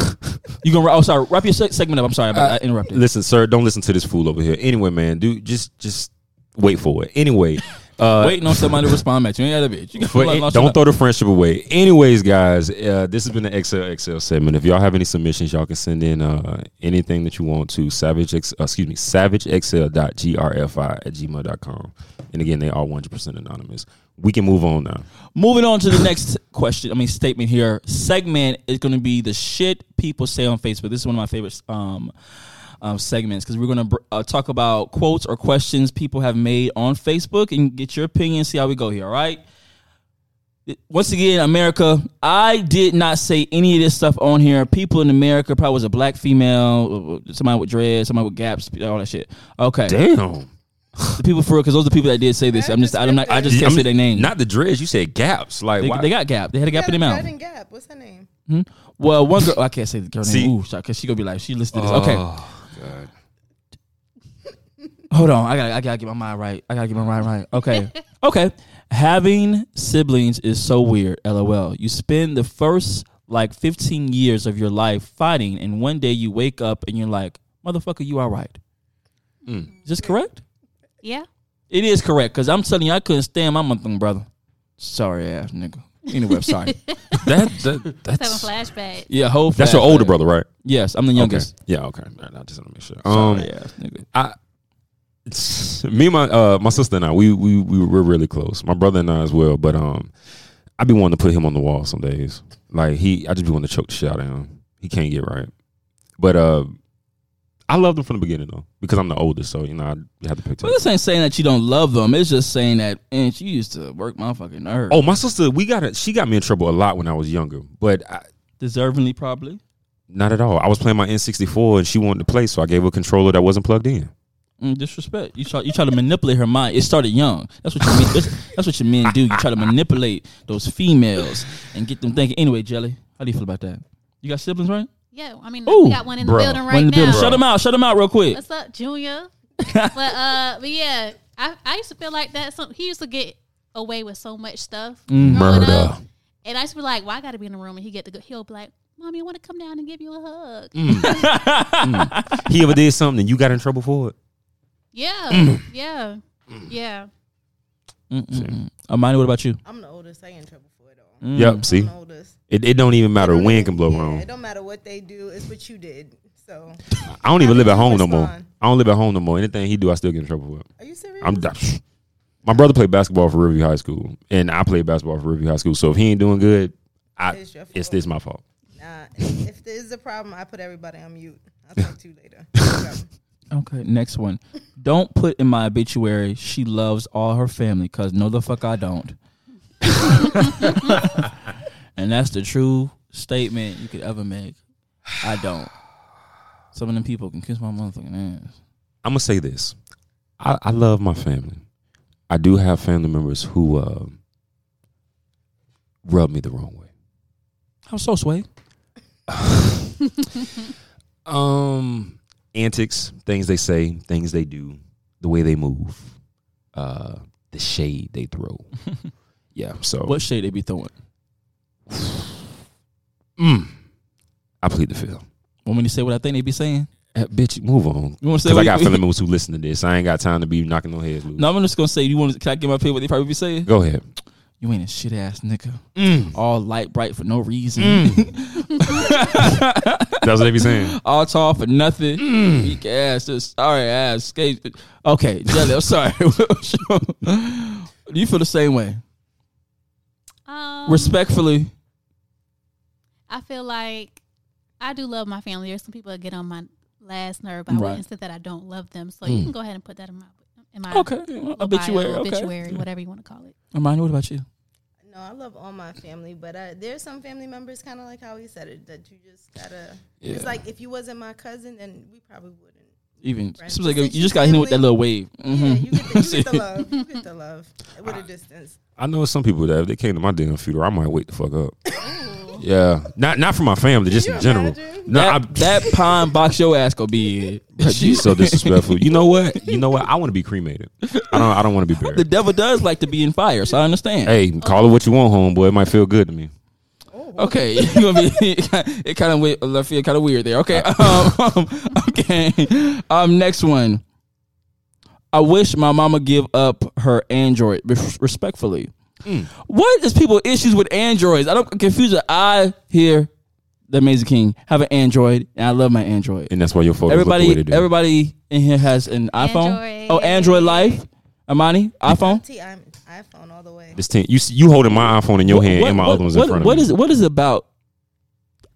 Speaker 1: you gonna oh sorry, wrap your se- segment up. I'm sorry,
Speaker 2: Uh,
Speaker 1: I, I interrupted.
Speaker 2: Listen, sir, don't listen to this fool over here. Anyway, man, dude, just just wait for it. Anyway, uh,
Speaker 1: Waiting on somebody to respond back. You ain't got a bitch. You
Speaker 2: For,
Speaker 1: gotta launch it
Speaker 2: don't
Speaker 1: up.
Speaker 2: throw the friendship away. Anyways, guys, uh, this has been the XLXL segment. If y'all have any submissions, y'all can send in uh, anything that you want to savage. X, uh, excuse me, savagexl.grfi at gmail.com. And again, they are one hundred percent anonymous. We can move on now.
Speaker 1: Moving on to the next question, I mean statement here. Segment is going to be the shit people say on Facebook. This is one of my favorite um, um, segments because we're going to br- uh, talk about quotes or questions people have made on Facebook and get your opinion. See how we go here. All right. Once again, America, I did not say any of this stuff on here. People in America probably was a black female, uh, somebody with dreads, somebody with gaps, all that shit. Okay,
Speaker 2: Damn,
Speaker 1: the people for because those are the people that did say this. I'm just, I'm not, I just can't
Speaker 2: I
Speaker 1: say
Speaker 2: mean,
Speaker 1: their name.
Speaker 2: Not the dreads. You said gaps. Like
Speaker 1: they,
Speaker 2: why?
Speaker 1: they got gap. They had a gap in their
Speaker 4: Yeah,
Speaker 1: mouth.
Speaker 4: Jordan Gap. What's her name?
Speaker 1: Well, one girl, I can't say the girl
Speaker 2: See?
Speaker 1: name. Ooh, because she gonna be like, she listened to this.
Speaker 2: Oh,
Speaker 1: Okay,
Speaker 2: God.
Speaker 1: hold on. I gotta, I gotta get my mind right. I gotta get my mind right. Okay, okay. Having siblings is so weird. LOL. You spend the first like 15 years of your life fighting, and one day you wake up and you're like, motherfucker, you all right?
Speaker 2: Hmm.
Speaker 1: Is this correct?
Speaker 3: Yeah.
Speaker 1: It is correct because I'm telling you, I couldn't stand my motherfucking brother. Sorry ass nigga. Anyway, I'm sorry.
Speaker 2: That, that
Speaker 3: Seven
Speaker 2: that's
Speaker 3: flashbacks.
Speaker 1: Yeah, whole.
Speaker 2: that's your older brother, right?
Speaker 1: Yes, I'm the
Speaker 2: Okay.
Speaker 1: youngest.
Speaker 2: Yeah. Okay. All right, I just want to make sure. Um,
Speaker 1: Sorry ass nigga.
Speaker 2: I me and my uh, my sister and I, we we we were really close. My brother and I as well. But um, I be wanting to put him on the wall some days. Like he, I just be wanting to choke the shit out of him. He can't get right. But uh, I loved him from the beginning though because I'm the oldest, so you know I had to pick.
Speaker 1: But this ain't saying that you don't love them. It's just saying that, and she used to work my fucking nerve.
Speaker 2: Oh, my sister, we got a, she got me in trouble a lot when I was younger, but I,
Speaker 1: Deservingly, probably.
Speaker 2: not at all. I was playing my N64 and she wanted to play, so I gave her a controller that wasn't plugged in.
Speaker 1: Mm, disrespect. You try, you try to manipulate her mind. It started young. That's what you mean. That's, that's what your men do. You try to manipulate those females and get them thinking. Anyway, Jelly, how do you feel about that? You got siblings, right?
Speaker 3: Yeah, I mean,
Speaker 1: Ooh,
Speaker 3: we got one in the
Speaker 2: bruh.
Speaker 3: building right
Speaker 1: One in the
Speaker 3: now.
Speaker 1: building. Shut them out. Shut them out real quick.
Speaker 3: What's up, Junior? but uh, but yeah, I, I used to feel like that. Some he used to get away with so much stuff. growing
Speaker 2: Mm, Murder.
Speaker 3: up. and I used to be like, "Well, I got to be in the room," and he get the good. He'll be like, "Mommy, I want to come down and give you a hug."
Speaker 2: Mm. He ever did something and you got in trouble for it?
Speaker 3: Yeah,
Speaker 2: Mm.
Speaker 3: yeah, yeah.
Speaker 1: Mm-mm-mm. Amani, what about you?
Speaker 4: I'm the oldest. I get in trouble for it all.
Speaker 2: Yep.
Speaker 4: I'm
Speaker 2: Mm, See,
Speaker 4: the oldest.
Speaker 2: it, it don't even matter.
Speaker 4: Don't
Speaker 2: Wind
Speaker 4: even-
Speaker 2: can blow
Speaker 4: yeah,
Speaker 2: wrong.
Speaker 4: It don't matter what they do. It's what you did. So,
Speaker 2: I don't even live at
Speaker 4: Don't
Speaker 2: home no more.
Speaker 4: respond. Mm.
Speaker 2: I don't live at home no more. Anything he do, I still get in trouble with.
Speaker 4: are you serious?
Speaker 2: I'm d- my brother played basketball for Riverview High School, and I played basketball for Riverview High School. So if he ain't doing good, I
Speaker 4: It's your
Speaker 2: it's
Speaker 4: fault.
Speaker 2: this my fault.
Speaker 4: Nah, Uh, if if there is a problem, I put everybody on mute. I'll talk to you later. No problem.
Speaker 1: Okay, next one. Don't put in my obituary. She loves all her family, cause no the fuck I don't. and that's the true statement you could ever make. I don't. Some of them people can kiss my motherfucking ass.
Speaker 2: I'm gonna say this. I, I love my family. I do have family members who uh, rub me the wrong way.
Speaker 1: How so, Sway?
Speaker 2: Um, antics, things they say, things they do, the way they move, uh, the shade they throw. yeah. So
Speaker 1: What shade they be throwing?
Speaker 2: Mm. I plead the fifth.
Speaker 1: Want me to say what I think they be saying?
Speaker 2: Uh, bitch, move on.
Speaker 1: You want to say?
Speaker 2: Because
Speaker 1: What
Speaker 2: I got
Speaker 1: you,
Speaker 2: family members who listen to this. I ain't got time to be knocking no heads loose.
Speaker 1: No, I'm just gonna say. You want? to Can I get my opinion? What they probably be saying?
Speaker 2: Go ahead.
Speaker 1: You ain't a shit ass nigga. All light bright for no reason. Mm.
Speaker 2: That's what they be saying.
Speaker 1: all tall for nothing.
Speaker 2: Mm.
Speaker 1: Weak ass, just sorry ass. Skate. Okay, Jelly, I'm sorry. Do you feel the same way?
Speaker 3: Um,
Speaker 1: Respectfully,
Speaker 3: I feel like I do love my family. There's some people that get on my last nerve, but I
Speaker 1: Right. Hmm.
Speaker 3: wouldn't say that I don't love them. So you can go ahead and put that in my in my
Speaker 1: Okay,
Speaker 3: little
Speaker 1: obituary,
Speaker 3: bio,
Speaker 1: okay.
Speaker 3: obituary, whatever you want to call it.
Speaker 1: Amani, what about you?
Speaker 4: No, I love all my family, but uh, there's some family members, kind of like how he said it, that you just gotta. It's like if you wasn't my cousin, then we probably wouldn't.
Speaker 1: Even
Speaker 4: Right.
Speaker 1: seems like you just got hit with that little wave.
Speaker 2: Mm-hmm.
Speaker 4: Yeah, you
Speaker 1: Mhm.
Speaker 4: get, the, you get the love. You get the love with a distance.
Speaker 2: I know some people that if they came to my damn funeral, I might wake the fuck up. yeah, not not for my family, just
Speaker 4: you
Speaker 2: in general.
Speaker 4: imagine?
Speaker 2: No, I,
Speaker 1: that, that pine box your ass gonna be in.
Speaker 2: Bruh, you so disrespectful. You know what? You know what? I want to be cremated. I don't. I don't want to be
Speaker 1: The
Speaker 2: buried.
Speaker 1: devil does like to be in fire, so I understand.
Speaker 2: Hey, call it what you want, homeboy. It might feel good to me.
Speaker 1: Okay, you gonna be it kind of weird, left field, kind of weird there. Okay, um, okay. Um, next one. I wish my mama give up her Android res- respectfully. What is people issues with Androids? I don't I'm confused. it. I hear the Amazing King have an Android, and I love my Android.
Speaker 2: And that's why your photos look the way
Speaker 1: Everybody,
Speaker 2: they do.
Speaker 1: everybody in here has an iPhone.
Speaker 3: Android.
Speaker 1: Oh, Android Life, Amani, iPhone.
Speaker 4: T, I'm iPhone all the way.
Speaker 2: This thing, you see- you holding my iPhone in your hand and my
Speaker 1: what,
Speaker 2: other one's
Speaker 1: what-
Speaker 2: in front
Speaker 1: what
Speaker 2: of me.
Speaker 1: is what is it about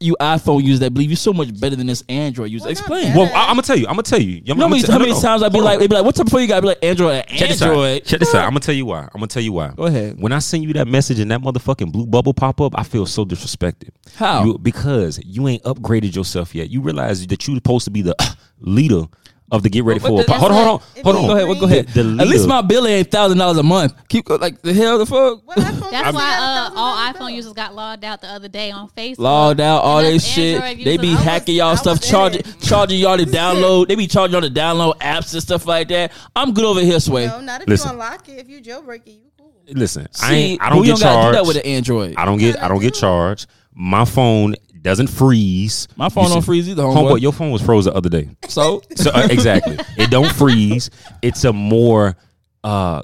Speaker 1: you iPhone users that believe you're so much better than this Android user?
Speaker 4: Well, not
Speaker 1: Explain.
Speaker 4: better.
Speaker 2: Well, I, I'm gonna tell you. I'm gonna tell you. I'm,
Speaker 1: you know how many, how many times I'd be like, they'd be like, "What's up for you?" Guy, I'd be like, "Android,
Speaker 2: Check this out.
Speaker 1: Android."
Speaker 2: Check this out. I'm gonna tell you why. I'm gonna tell you why.
Speaker 1: Go ahead.
Speaker 2: When I send you that message and that motherfucking blue bubble pop up, I feel so disrespected.
Speaker 1: How?
Speaker 2: You- because you ain't upgraded yourself yet. You realize that you're supposed to be the uh, leader of the get ready
Speaker 1: But
Speaker 2: for. a
Speaker 1: the-
Speaker 2: po- Hold on, hold on,
Speaker 4: If
Speaker 2: hold
Speaker 4: you
Speaker 2: on.
Speaker 1: Go ahead. Well, go
Speaker 4: The-
Speaker 1: ahead.
Speaker 2: the
Speaker 1: At least
Speaker 2: leader-
Speaker 1: my bill ain't thousand dollars a month. Keep like the hell the fuck.
Speaker 4: What
Speaker 3: That's
Speaker 4: iPhone does
Speaker 3: why
Speaker 4: have
Speaker 3: uh,
Speaker 4: thousands
Speaker 3: all
Speaker 4: of
Speaker 3: iPhone users got logged out the other day on Facebook.
Speaker 1: Logged out, all
Speaker 3: And
Speaker 1: that
Speaker 3: that's
Speaker 1: shit.
Speaker 3: Android
Speaker 1: They
Speaker 3: users.
Speaker 1: be
Speaker 3: I was-
Speaker 1: hacking y'all
Speaker 4: I
Speaker 1: stuff,
Speaker 4: was in
Speaker 1: charging
Speaker 4: it.
Speaker 1: charging y'all to download. They be charging y'all to download apps and stuff like that. I'm good over here, Sway.
Speaker 4: No, not if
Speaker 2: Listen.
Speaker 4: you unlock it. If you jailbreak it, you cool.
Speaker 2: Listen, I
Speaker 1: See,
Speaker 2: ain't, I don't
Speaker 1: we
Speaker 2: get
Speaker 1: don't gotta do
Speaker 2: charged.
Speaker 1: that with an Android.
Speaker 2: I don't get I don't get charged. My phone doesn't freeze.
Speaker 1: My phone
Speaker 2: You
Speaker 1: don't
Speaker 2: see-
Speaker 1: freeze either, homeboy.
Speaker 2: Homeboy, your phone was froze the other day.
Speaker 1: So
Speaker 2: So uh, exactly, it don't freeze. It's a more uh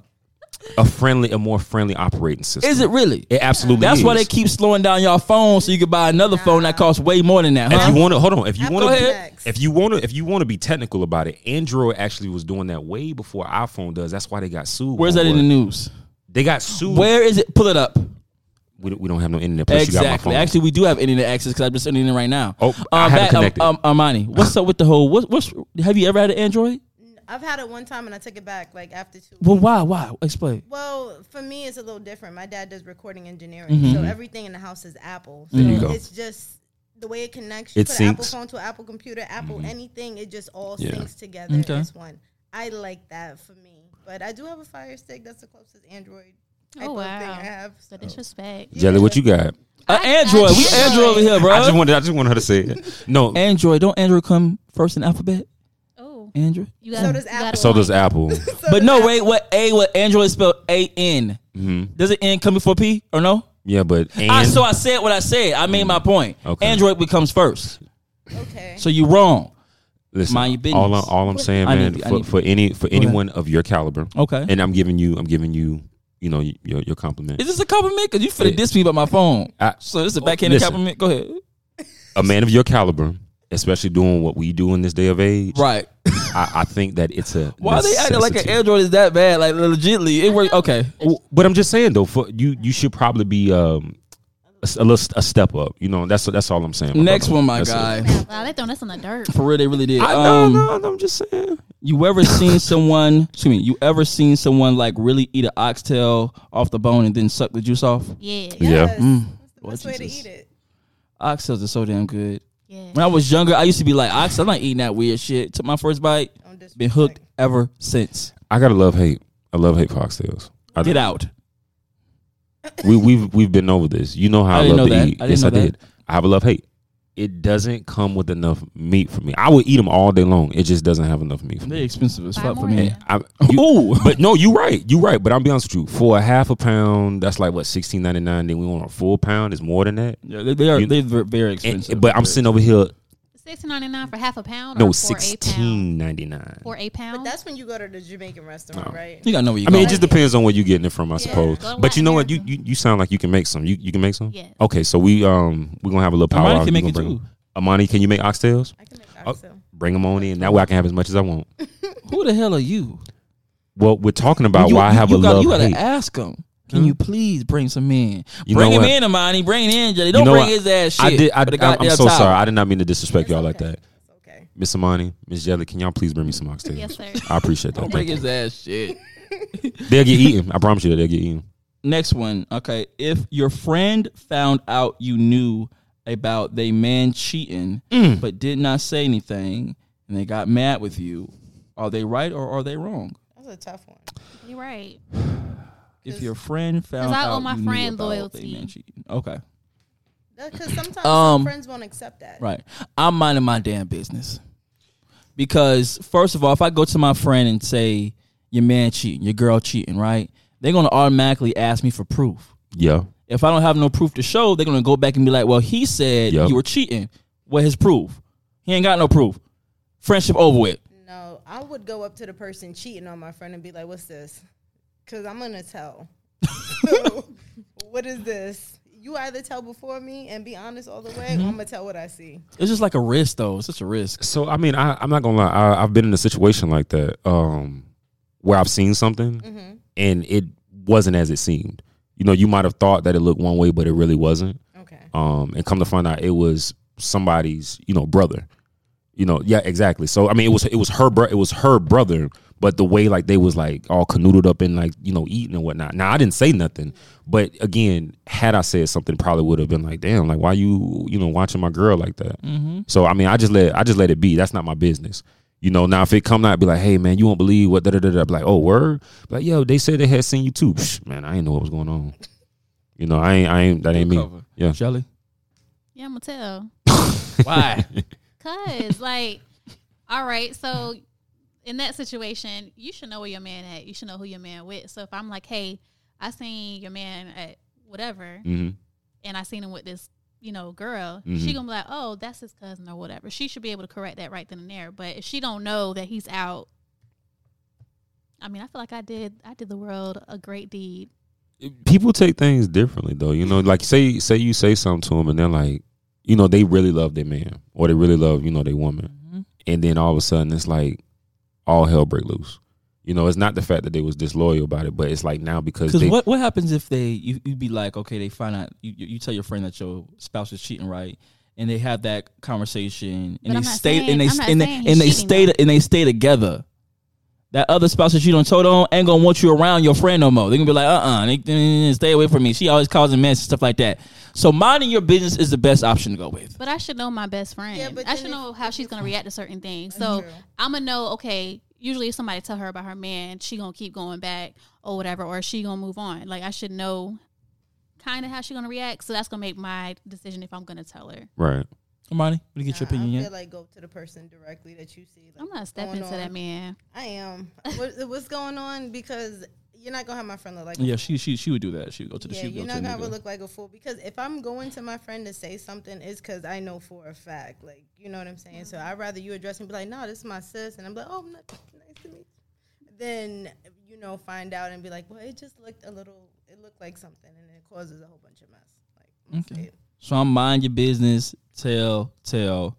Speaker 2: a friendly, a more friendly operating system.
Speaker 1: Is it really?
Speaker 2: It absolutely.
Speaker 1: That's
Speaker 2: is.
Speaker 1: why they keep slowing down your phone so you can buy another phone that costs way more than that.
Speaker 2: If
Speaker 1: Huh?
Speaker 2: you want to hold on, if you
Speaker 4: Apple
Speaker 2: want to,
Speaker 4: Next.
Speaker 2: if you want to, if you want to be technical about it, Android actually was doing that way before iPhone does. That's why they got sued.
Speaker 1: Where's that in the news?
Speaker 2: They got sued.
Speaker 1: Where is it? Pull it up.
Speaker 2: We, don't- we don't have no internet. Plus You got my
Speaker 1: exactly.
Speaker 2: phone.
Speaker 1: Actually, we do have internet access because I'm just in internet right now.
Speaker 2: Oh, I have it
Speaker 1: um,
Speaker 2: connected.
Speaker 1: um, Armani, what's up with the whole? What, what's have you ever had an Android?
Speaker 4: I've had it one time and I took it back like after two.
Speaker 1: Well, why? Why? Explain.
Speaker 4: Well, for me, it's a little different. My dad does recording engineering, so everything in the house is Apple. So
Speaker 2: you go.
Speaker 4: it's just the way it connects. You
Speaker 2: It
Speaker 4: put an Apple
Speaker 2: syncs.
Speaker 4: phone to an Apple computer, Apple anything. It just all
Speaker 2: Yeah.
Speaker 4: syncs together
Speaker 1: Okay.
Speaker 4: as one. I like that for me, but I do have a Fire Stick. That's the closest Android. Type
Speaker 3: Oh,
Speaker 4: Of thing
Speaker 3: wow.
Speaker 4: I have.
Speaker 1: Oh.
Speaker 3: The disrespect.
Speaker 2: Jelly, what you got?
Speaker 1: Uh, Android. We
Speaker 3: Android.
Speaker 1: Android over here, bro.
Speaker 2: I just wanted. I just wanted her to say it. No,
Speaker 1: Android. Don't Android come first in alphabet?
Speaker 3: Oh,
Speaker 1: Android. Mm.
Speaker 3: you
Speaker 4: So
Speaker 3: got.
Speaker 4: does
Speaker 3: you got a
Speaker 4: Apple.
Speaker 2: so
Speaker 3: point.
Speaker 2: does Apple.
Speaker 1: But no, wait. What A? What Android is spelled A N.
Speaker 2: Mm-hmm.
Speaker 1: Does it N come before P or no?
Speaker 2: yeah, but and
Speaker 1: I, so I said what I said. I made my point.
Speaker 2: Okay.
Speaker 1: Android becomes first.
Speaker 4: Okay.
Speaker 1: So you wrong.
Speaker 2: listen,
Speaker 1: mind your business.
Speaker 2: All, I'm, all I'm saying,
Speaker 1: I
Speaker 2: man,
Speaker 1: need- I
Speaker 2: for,
Speaker 1: need-
Speaker 2: for any for anyone of your caliber,
Speaker 1: Okay.
Speaker 2: and I'm giving you, I'm giving you, you know, your your compliment.
Speaker 1: Is this a compliment? Because you finna diss me about my phone.
Speaker 2: I-
Speaker 1: so this is a backhanded
Speaker 2: listen.
Speaker 1: compliment. Go ahead.
Speaker 2: a man of your caliber, especially doing what we do in this day of age,
Speaker 1: Right.
Speaker 2: I, I think that it's a
Speaker 1: Why they acting like an
Speaker 2: necessity.
Speaker 1: Android is that bad? Like legitly, it worked. Okay.
Speaker 2: Well, But I'm just saying though, for you you should probably be um a, s- a little a step up. You know, that's that's all I'm saying.
Speaker 1: Next one, my
Speaker 2: That's it.
Speaker 1: guy.
Speaker 3: Wow, they throwing us in the dirt.
Speaker 1: For real, they really did.
Speaker 2: I no,
Speaker 1: Um,
Speaker 2: no, no, I'm just saying.
Speaker 1: You ever seen someone? Excuse me. You ever seen someone like really eat an oxtail off the bone and then suck the juice off?
Speaker 3: Yeah,
Speaker 4: Yes.
Speaker 2: Yeah.
Speaker 4: That's the best way to
Speaker 1: Jesus.
Speaker 4: eat it.
Speaker 1: Oxtails are so damn good.
Speaker 3: yeah.
Speaker 1: When I was younger, I used to be like, oxtail. I'm not eating that weird shit. Took my first bite,
Speaker 4: Don't disrespect.
Speaker 1: been hooked ever since.
Speaker 2: I gotta love hate. I love hate foxtails. I,
Speaker 1: Get out.
Speaker 2: we we've we've been over this. You know how
Speaker 1: I
Speaker 2: I,
Speaker 1: didn't
Speaker 2: love
Speaker 1: know
Speaker 2: to
Speaker 1: that.
Speaker 2: eat.
Speaker 1: I didn't
Speaker 2: yes,
Speaker 1: know
Speaker 2: I
Speaker 1: that.
Speaker 2: did. I have a love hate. It doesn't come with enough meat for me. I would eat them all day long. It just doesn't have enough meat for
Speaker 1: They
Speaker 2: me.
Speaker 1: expensive as
Speaker 3: Buy
Speaker 1: fuck for
Speaker 3: more
Speaker 1: me.
Speaker 3: then.
Speaker 2: I, you,
Speaker 1: Ooh.
Speaker 2: but no, you're right. You're right. But I'll be honest with you. For a half a pound, that's like what sixteen ninety nine. Then we want a full pound. It's more than that.
Speaker 1: Yeah, they, they are
Speaker 2: You-
Speaker 1: they're ver- very
Speaker 2: And-
Speaker 1: expensive.
Speaker 2: but I'm
Speaker 1: Very-
Speaker 2: sitting over here.
Speaker 3: Sixteen ninety nine for half a pound.
Speaker 2: No,
Speaker 3: or for a pound.
Speaker 2: sixteen ninety nine.
Speaker 3: For a pound.
Speaker 4: But that's when you go to the Jamaican restaurant, right?
Speaker 1: You gotta know where you
Speaker 2: I
Speaker 1: going.
Speaker 2: mean, it just depends on where you're getting it from, I suppose.
Speaker 3: Go to
Speaker 2: But you know what? You,
Speaker 3: Latin
Speaker 2: you you sound like you can make some. You you can make some.
Speaker 3: Yeah.
Speaker 2: Okay, so we um we're gonna have a little power.
Speaker 1: Amani can make it too.
Speaker 2: Amani, can you make oxtails?
Speaker 4: I can make
Speaker 2: Oh.
Speaker 4: oxtail.
Speaker 2: Bring them on in. That way I can have as much as I want.
Speaker 1: Who the hell are you?
Speaker 2: Well, we're talking about
Speaker 1: you,
Speaker 2: why I
Speaker 1: you-
Speaker 2: have
Speaker 1: you
Speaker 2: a
Speaker 1: gotta,
Speaker 2: love
Speaker 1: You gotta
Speaker 2: hate.
Speaker 1: ask him. Can you please bring some in?
Speaker 2: You
Speaker 1: bring
Speaker 2: know
Speaker 1: him
Speaker 2: what?
Speaker 1: in, Amani. Bring in Jelly. Don't
Speaker 2: You know
Speaker 1: bring
Speaker 2: what?
Speaker 1: his ass shit.
Speaker 2: I did. I,
Speaker 1: with a
Speaker 2: I, am
Speaker 1: goddamn
Speaker 2: so
Speaker 1: towel.
Speaker 2: sorry. I did not mean to disrespect y'all like that.
Speaker 4: It's okay.
Speaker 2: Miss Amani, Miss Jelly, can y'all please bring me some oxtails?
Speaker 3: yes, sir.
Speaker 2: I appreciate that.
Speaker 1: Don't bring
Speaker 2: Thank you.
Speaker 1: his ass shit.
Speaker 2: They'll get eaten. I promise you that they'll get eaten.
Speaker 1: Next one. Okay. If your friend found out you knew about they man cheating
Speaker 2: Mm.
Speaker 1: but did not say anything and they got mad with you, are they right or are they wrong?
Speaker 4: That's a tough one.
Speaker 3: You're right.
Speaker 1: If
Speaker 4: Cause-
Speaker 1: your friend found
Speaker 3: I
Speaker 1: out
Speaker 3: owe my
Speaker 1: you knew
Speaker 3: friend
Speaker 1: about
Speaker 3: loyalty.
Speaker 1: they man cheating. Okay.
Speaker 4: Because sometimes
Speaker 1: Um,
Speaker 4: some friends won't accept that.
Speaker 1: Right. I'm minding my damn business. Because first of all, if I go to my friend and say your man cheating, your girl cheating, right? They're gonna automatically ask me for proof.
Speaker 2: Yeah.
Speaker 1: If I don't have no proof to show, they're gonna go back and be like, "Well, he said
Speaker 2: Yep.
Speaker 1: you were cheating. What his proof? He ain't got no proof. Friendship over with.
Speaker 4: No, I would go up to the person cheating on my friend and be like, "What's this?" Because I'm gonna tell. So, what is this? You either tell before me and be honest all the way,
Speaker 3: Mm-hmm.
Speaker 4: or I'm gonna tell what I see.
Speaker 1: It's just like a risk, though. It's such a risk.
Speaker 2: So I mean, I, I'm not gonna lie. I, I've been in a situation like that, um, where I've seen something
Speaker 1: Mm-hmm.
Speaker 2: and it wasn't as it seemed. You know, you might have thought that it looked one way, but it really wasn't.
Speaker 4: Okay.
Speaker 2: Um, and come to find out, it was somebody's, you know, brother. You know, yeah, exactly. So I mean, it was it was her bro- it was her brother, but the way like they was like all canoodled up and like you know eating and whatnot. Now I didn't say nothing, but again, had I said something, probably would have been like, damn, like why you you know watching my girl like that. So I mean, I just let I just let it be. That's not my business. You know, now if it come out, be like, hey man, you won't believe what da da da da. Be Like, oh word, Be like yo, they said they had seen you too. Psh, man, I didn't know what was going on. You know, I ain't, I ain't, that ain't me.
Speaker 1: Cover.
Speaker 2: Yeah.
Speaker 1: Shelly.
Speaker 3: Yeah, I'm gonna tell.
Speaker 1: Why?
Speaker 3: Cause like, all right, so in that situation, you should know where your man at. You should know who your man with. So if I'm like, hey, I seen your man at whatever,
Speaker 2: Mm-hmm.
Speaker 3: and I seen him with this, you know, girl,
Speaker 2: Mhm.
Speaker 3: she gonna be like, oh, that's his cousin or whatever. She should be able to correct that right then and there. But if she don't know that he's out I mean, I feel like I did. I did the world a great deed.
Speaker 2: people take things differently though. You know, like say say you say something to them and they're like, you know, they really love their man or they really love you know their woman,
Speaker 1: Mm-hmm.
Speaker 2: and then all of a sudden it's like all hell break loose. You know, it's not the fact that they was disloyal about it, but it's like now because
Speaker 1: Because
Speaker 2: they
Speaker 1: what, what happens if they you you be like okay they find out you you you tell your friend that your spouse is cheating right and they have that conversation
Speaker 3: But
Speaker 1: and they
Speaker 3: I'm not
Speaker 1: stay
Speaker 3: saying-
Speaker 1: and they
Speaker 3: I'm not
Speaker 1: and they
Speaker 3: saying
Speaker 1: and
Speaker 3: he's
Speaker 1: they
Speaker 3: cheating,
Speaker 1: stay
Speaker 3: though.
Speaker 1: and they stay together. That other spouse that you don't told on ain't gonna want you around your friend no more. They gonna be like, uh, uh they, they- they stay away from me. She always causing mess and stuff like that. So minding your business is the best option to go with.
Speaker 3: But I should know my best friend.
Speaker 4: Yeah, but
Speaker 3: I
Speaker 4: then
Speaker 3: should
Speaker 4: if- Uh-huh.
Speaker 3: know how she's gonna react to certain things. So
Speaker 4: True.
Speaker 3: I'm gonna know. Okay, usually if somebody tell her about her man, she gonna keep going back or whatever, or she gonna move on. Like I should know kind of how she gonna react. So that's gonna make my decision if I'm gonna tell her.
Speaker 2: right.
Speaker 1: Armani, what do you get your
Speaker 4: Nah,
Speaker 1: opinion?
Speaker 4: I
Speaker 1: Yeah,
Speaker 4: feel like go to the person directly that you see. Like,
Speaker 3: I'm not
Speaker 4: what's
Speaker 3: stepping
Speaker 4: going
Speaker 3: to that
Speaker 4: on.
Speaker 3: man.
Speaker 4: I am. what, what's going on? Because you're not gonna have my friend look like. a
Speaker 1: yeah,
Speaker 4: fool.
Speaker 1: she she she would do that. She would go to the
Speaker 4: yeah,
Speaker 1: she would
Speaker 4: you're
Speaker 1: go to
Speaker 4: not
Speaker 1: the
Speaker 4: gonna
Speaker 1: nigga.
Speaker 4: look like a fool because if I'm going to my friend to say something, it's because I know for a fact, like you know what I'm saying. So I'd rather you address me, be like, "No, this is my sis," and I'm like, "Oh, n- nice to meet." you." Then you know, find out and be like, "Well, it just looked a little. It looked like something, and it causes a whole bunch of mess." Like, I'm
Speaker 1: Okay.
Speaker 4: afraid.
Speaker 1: so I'm mind your business. Tell tell.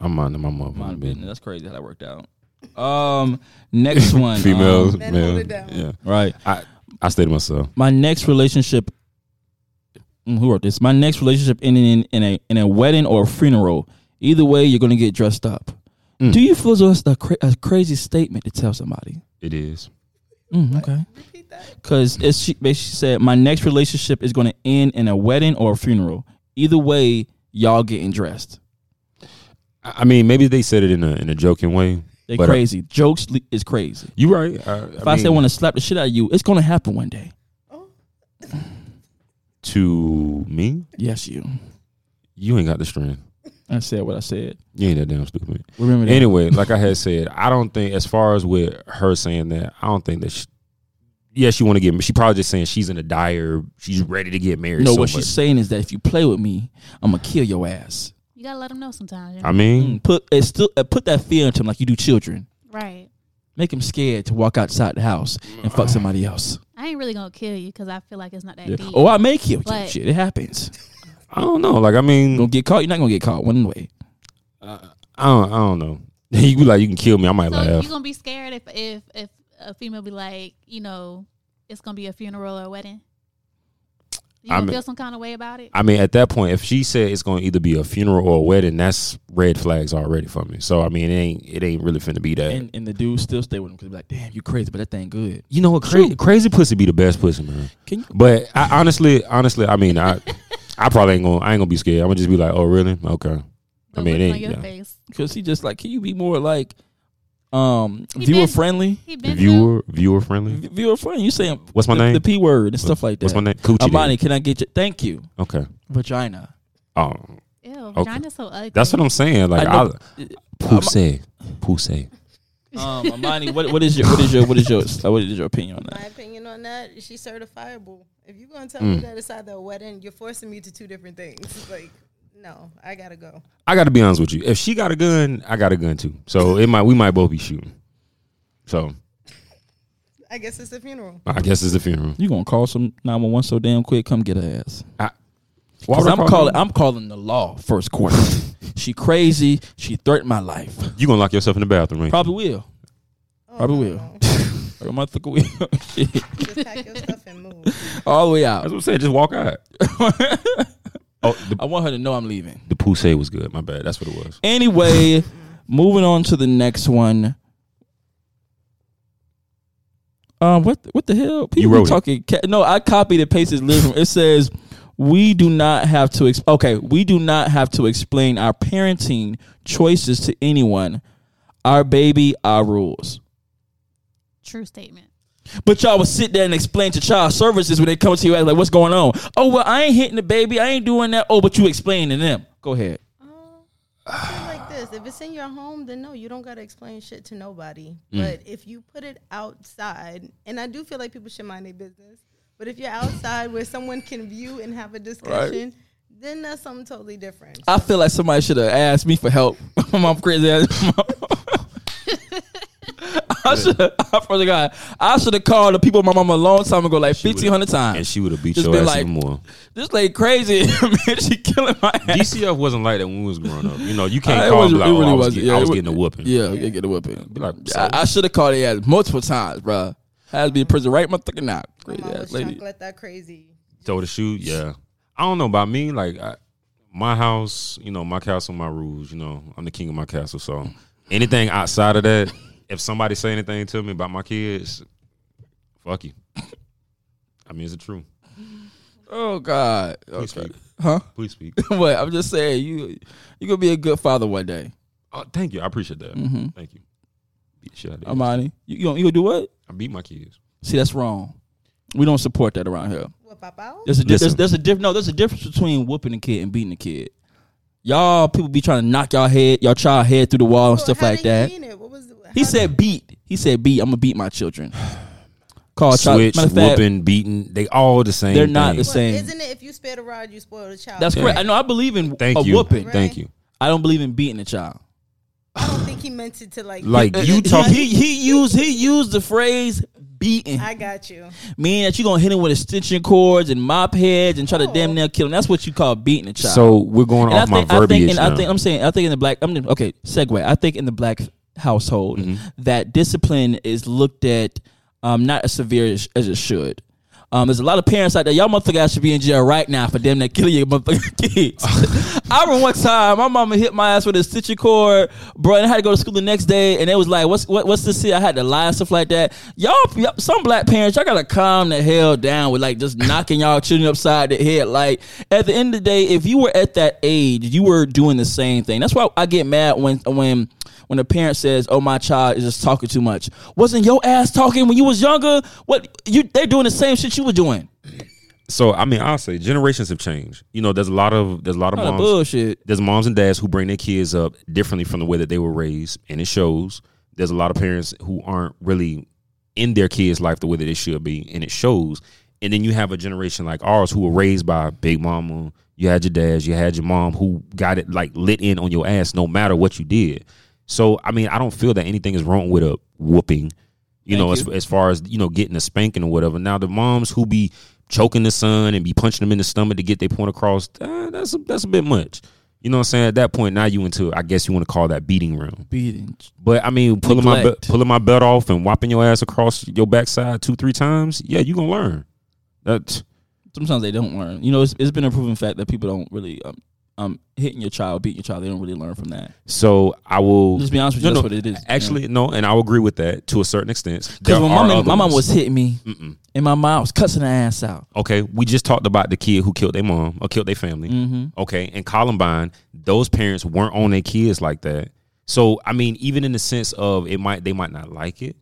Speaker 2: I'm minding my mother.
Speaker 1: Mind business. That's crazy how that worked out. Um, next one.
Speaker 2: Females,
Speaker 1: um,
Speaker 4: Men hold
Speaker 2: males,
Speaker 4: it down.
Speaker 2: yeah.
Speaker 1: right.
Speaker 2: I I stay to myself.
Speaker 1: My next relationship. Mm, Who wrote this? My next relationship ended in, in a in a wedding or a funeral. Either way, you're gonna get dressed up.
Speaker 2: Mm.
Speaker 1: Do you feel as though it's a, cra- a crazy statement to tell somebody?
Speaker 2: It is.
Speaker 1: Mm, okay.
Speaker 4: Repeat that.
Speaker 1: Because she basically said, my next relationship is going to end in a wedding or a funeral. Either way, y'all getting dressed.
Speaker 2: I I mean, maybe they said it in a in a joking way.
Speaker 1: They
Speaker 2: But, uh,
Speaker 1: crazy. Jokes le- is crazy.
Speaker 2: You right? I,
Speaker 1: If I, say I want to slap the shit out of you, it's going to happen one day.
Speaker 4: Oh,
Speaker 2: to me,
Speaker 1: Yes, you.
Speaker 2: you ain't got the strength.
Speaker 1: I said what I said.
Speaker 2: You ain't that damn stupid.
Speaker 1: Remember that.
Speaker 2: Anyway, like I had said, I don't think as far as with her saying that, I don't think that. She, yeah, she want to get. She probably just saying she's in a dire. She's ready to get married.
Speaker 1: no,
Speaker 2: so
Speaker 1: what she's
Speaker 2: much.
Speaker 1: saying is that if you play with me, I'm gonna kill your ass.
Speaker 3: You gotta let them know sometimes. you know?
Speaker 2: I mean,
Speaker 1: Mm, Put it's still uh, put that fear into him like you do children.
Speaker 3: right.
Speaker 1: Make him scared to walk outside the house and fuck somebody else.
Speaker 3: I ain't really gonna kill you because I feel like it's not that
Speaker 1: Yeah.
Speaker 3: deep.
Speaker 1: Oh, I may kill you.
Speaker 3: But-
Speaker 1: Shit, it happens.
Speaker 2: I don't know. Like I
Speaker 1: You
Speaker 2: mean,
Speaker 1: gonna get caught? You're not gonna get caught one way.
Speaker 2: I don't. I don't know. you be like, you can kill me. I might
Speaker 3: so
Speaker 2: laugh.
Speaker 3: you gonna be scared if if if a female be like, you know, it's gonna be a funeral or a wedding. You
Speaker 2: I
Speaker 3: gonna
Speaker 2: mean-
Speaker 3: feel some kind of way about it?
Speaker 2: I mean, at that point, if she said it's going to either be a funeral or a wedding, that's red flags already for me. So I mean, it ain't. It ain't really finna be that.
Speaker 1: And and the dude still stay with him because be like, damn, you crazy, but that thing good.
Speaker 2: you know what? Cra-
Speaker 1: True.
Speaker 2: crazy pussy be the best pussy, man.
Speaker 1: Can you?
Speaker 2: But I, honestly, honestly, I mean, I, I probably ain't gonna, I ain't gonna be scared. I'm gonna just be like, oh, really? Okay.
Speaker 3: The
Speaker 2: I mean, it
Speaker 3: look on
Speaker 2: ain't-
Speaker 3: your
Speaker 2: yeah.
Speaker 3: face.
Speaker 1: Because he just like, can you be more like, um,
Speaker 3: He
Speaker 1: viewer
Speaker 3: been-
Speaker 1: friendly?
Speaker 3: He been
Speaker 2: Viewer, viewer friendly.
Speaker 1: V- Viewer friendly. You saying
Speaker 2: What's my
Speaker 1: the,
Speaker 2: name?
Speaker 1: The p word and stuff like that.
Speaker 2: What's my name? Coochie.
Speaker 1: Amani, can I get you? Thank you.
Speaker 2: Daddy. Okay.
Speaker 1: Vagina.
Speaker 2: Oh,
Speaker 3: Ew,
Speaker 2: Okay.
Speaker 3: vagina's so ugly.
Speaker 2: that's what I'm saying. Like,
Speaker 1: I
Speaker 2: I,
Speaker 1: know,
Speaker 2: pussy, pussy.
Speaker 1: Um, Amani, what, what is your what is your what is your uh, what is your opinion on
Speaker 4: my
Speaker 1: that?
Speaker 4: opinion on that, she's certifiable. If you're gonna tell
Speaker 2: Mm.
Speaker 4: me that it's either a wedding, you're forcing me to two different things. Like, no, I gotta go.
Speaker 2: I got to be honest with you. If she got a gun, I got a gun too. So it might, we might both be shooting. So
Speaker 4: I guess it's a funeral.
Speaker 2: I guess it's a funeral.
Speaker 1: You gonna call some nine one one so damn quick? Come get her ass.
Speaker 2: Why
Speaker 1: 'Cause
Speaker 2: would I
Speaker 1: I'm
Speaker 2: call
Speaker 1: calling.
Speaker 2: you?
Speaker 1: I'm calling the law first quarter. she crazy. She threatened my life.
Speaker 2: You gonna lock yourself in the bathroom, right?
Speaker 1: Probably will.
Speaker 4: Oh,
Speaker 1: Probably will.
Speaker 4: no.
Speaker 1: Or motherfucker will. Shit.
Speaker 4: Just pack your stuff and move.
Speaker 1: All the way out.
Speaker 2: That's what I'm saying. Just walk out. oh, the,
Speaker 1: I want her to know I'm leaving.
Speaker 2: the pussy was good. My bad. That's what it was.
Speaker 1: Anyway, moving on to the next one. Um, what what the hell? People
Speaker 2: wrote
Speaker 1: be
Speaker 2: it.
Speaker 1: talking. Ca- no, I copied and pasted lyrics. From, it says, "We do not have to. Ex- okay, we do not have to explain our parenting choices to anyone. Our baby, our rules."
Speaker 3: True statement.
Speaker 1: But y'all will sit there and explain to child services when they come to you and like, "What's going on?" Oh well, I ain't hitting the baby. I ain't doing that. Oh, but you explain to them. Go ahead.
Speaker 4: Shit Uh, like this. If it's in your home, then no, you don't gotta explain shit to nobody.
Speaker 1: Mm.
Speaker 4: But if you put it outside, and I do feel like people should mind their business. But if you're outside where someone can view and have a discussion, then that's something totally different.
Speaker 1: I feel like somebody should have asked me for help. My mom crazy ass. I should. I swear to God, I should have called the people my mama a long time ago, like
Speaker 2: She would've-
Speaker 1: fifteen hundred times.
Speaker 2: and she would have beat
Speaker 1: Just
Speaker 2: your
Speaker 1: been
Speaker 2: ass
Speaker 1: like-
Speaker 2: even more.
Speaker 1: this lady crazy, man. She killing my ass.
Speaker 2: DCF wasn't like that when we was growing up. You know, you
Speaker 1: Uh,
Speaker 2: can't
Speaker 1: it
Speaker 2: call
Speaker 1: was-
Speaker 2: and be like,
Speaker 1: it
Speaker 2: oh,
Speaker 1: really
Speaker 2: I was,
Speaker 1: wasn't.
Speaker 2: getting,
Speaker 1: Yeah,
Speaker 2: I
Speaker 1: it
Speaker 2: was
Speaker 1: wa-
Speaker 2: getting a whooping.
Speaker 1: Yeah, yeah, get a whipping.
Speaker 2: Be like, so-
Speaker 1: I, I should have called her ass multiple times, bro. Had to be in prison right in my fucking now.
Speaker 4: My
Speaker 1: Crazy
Speaker 4: mom was
Speaker 1: ass lady.
Speaker 4: chocolate that crazy.
Speaker 2: Throw the shoe, yeah. I don't know about me. Like I, my house, you know, my castle, my rules. You know, I'm the king of my castle. So anything outside of that, if somebody say anything to me about my kids, fuck you. I mean, is it true?
Speaker 1: Oh God.
Speaker 2: Please
Speaker 1: Okay.
Speaker 2: speak.
Speaker 1: Huh?
Speaker 2: Please speak.
Speaker 1: what? I'm just saying you you gonna be a good father one day,
Speaker 2: Oh, thank you. I appreciate that.
Speaker 1: Mm-hmm.
Speaker 2: Thank you. Beat the shit out of you.
Speaker 1: Amani. You you gonna, you gonna do what?
Speaker 2: I beat my kids.
Speaker 1: See, that's wrong. We don't support that around here.
Speaker 4: What pop out?
Speaker 1: There's a di-
Speaker 2: Listen.
Speaker 1: there's, there's a diff- no there's a difference between whooping a kid and beating a kid. Y'all people be trying to knock y'all head y'all child head through the wall and
Speaker 4: Well,
Speaker 1: stuff
Speaker 4: how
Speaker 1: like
Speaker 4: did he
Speaker 1: that.
Speaker 4: mean it? What was the-
Speaker 1: He
Speaker 4: how-
Speaker 1: said beat. He said beat. I'm gonna beat my children. Call child.
Speaker 2: Switch,
Speaker 1: Oh, matter of fact,
Speaker 2: whooping, beaten. They all the same.
Speaker 1: They're not
Speaker 2: thing.
Speaker 1: the
Speaker 4: Well,
Speaker 1: same.
Speaker 4: Isn't it if you spare the rod, you spoil the child?
Speaker 1: That's
Speaker 2: Yeah.
Speaker 1: correct. I know. I believe in
Speaker 2: Thank
Speaker 1: a
Speaker 2: you.
Speaker 1: whooping.
Speaker 4: Right.
Speaker 2: Thank you.
Speaker 1: I don't believe in beating a child. Uh,
Speaker 4: I don't think he meant it to like.
Speaker 2: Like you talk.
Speaker 1: He he used he used the phrase beating,
Speaker 4: I got you.
Speaker 1: meaning that you gonna hit him with extension cords and mop heads and try to damn near kill him. That's what you call beating a child.
Speaker 2: So we're going
Speaker 1: and I
Speaker 2: off my
Speaker 1: think, I think,
Speaker 2: verbiage
Speaker 1: and
Speaker 2: now.
Speaker 1: I think I'm saying I think in the black. I'm okay. Segue. I think in the black household
Speaker 2: Mm-hmm.
Speaker 1: that discipline is looked at um, not as severe as, as it should. Um, there's a lot of parents out there. Y'all motherfuckers should be in jail right now for damn near killing your motherfucking kids. I remember one time my mama hit my ass with a stitcher cord, bro, and I had to go to school the next day. And it was like, what's what, what's this? Here? I had to lie and stuff like that. Y'all, y'all- some black parents, y'all gotta calm the hell down with like just knocking y'all children upside the head. Like at the end of the day, if you were at that age, you were doing the same thing. That's why I get mad when when when a parent says, "Oh, my child is just talking too much." Wasn't your ass talking when you was younger? What you? They're doing the same shit you were doing.
Speaker 2: so I mean, I'll say generations have changed. You know, there's a lot of there's a lot of
Speaker 1: What a
Speaker 2: moms,
Speaker 1: bullshit.
Speaker 2: there's moms and dads who bring their kids up differently from the way that they were raised, and it shows. There's a lot of parents who aren't really in their kids' life the way that they should be, and it shows. And then you have a generation like ours who were raised by Big Mama. You had your dads, you had your mom who got it like lit in on your ass no matter what you did. So I mean, I don't feel that anything is wrong with a whooping. You know,
Speaker 1: you.
Speaker 2: As, as far as you know, getting a spanking or whatever. Now the moms who be choking the son and be punching them in the stomach to get their point across, uh, that's a, that's a bit much. You know what I'm saying? At that point, now you into I guess you want to call that beating room.
Speaker 1: Beating.
Speaker 2: But I mean, pulling my be-
Speaker 1: Neglect.
Speaker 2: pulling my belt off and whopping your ass across your backside two three times, yeah, you gonna learn. That
Speaker 1: sometimes they don't learn. You know, it's, it's been a proven fact that people don't really um, um hitting your child, beating your child, they don't really learn from that.
Speaker 2: so I will
Speaker 1: Let's be honest with you,
Speaker 2: No,
Speaker 1: that's
Speaker 2: no,
Speaker 1: what it is, you
Speaker 2: Actually, no, and I'll agree with that to a certain extent. There
Speaker 1: Because when
Speaker 2: are
Speaker 1: my, mom-
Speaker 2: other
Speaker 1: my mom
Speaker 2: ones.
Speaker 1: was hitting me, and my mom was cussing her ass out.
Speaker 2: Okay, we just talked about the kid who killed their mom or killed their family.
Speaker 1: Mm-hmm.
Speaker 2: Okay, and Columbine, those parents weren't on their kids like that. So I mean, even in the sense of it might they might not like it,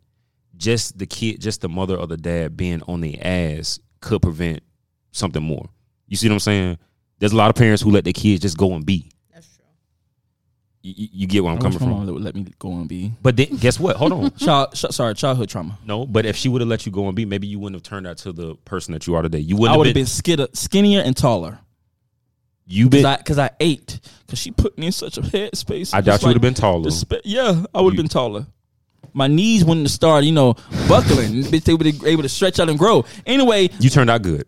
Speaker 2: just the kid, just the mother or the dad being on the ass could prevent something more. You see what I'm saying? There's a lot of parents who let their kids just go and be.
Speaker 4: That's true.
Speaker 2: You, you- you get where I'm coming
Speaker 1: my
Speaker 2: from.
Speaker 1: mom that would let me go and be
Speaker 2: But then guess what? Hold on.
Speaker 1: child. Sh- sorry, childhood trauma.
Speaker 2: No, but if she would have let you go and be, maybe you wouldn't have turned out to the person that you are today. You
Speaker 1: I
Speaker 2: wouldn't
Speaker 1: would
Speaker 2: have been,
Speaker 1: skinnier, skinnier and taller
Speaker 2: You been. I,
Speaker 1: because I, ate. Because she put me in such a headspace. It's
Speaker 2: doubt you
Speaker 1: like-
Speaker 2: would have been taller.
Speaker 1: it's spe- yeah, I would have
Speaker 2: You-
Speaker 1: been taller. My knees wouldn't have started, you know, buckling. Bitch, they would have able to stretch out and grow. Anyway,
Speaker 2: You turned out good.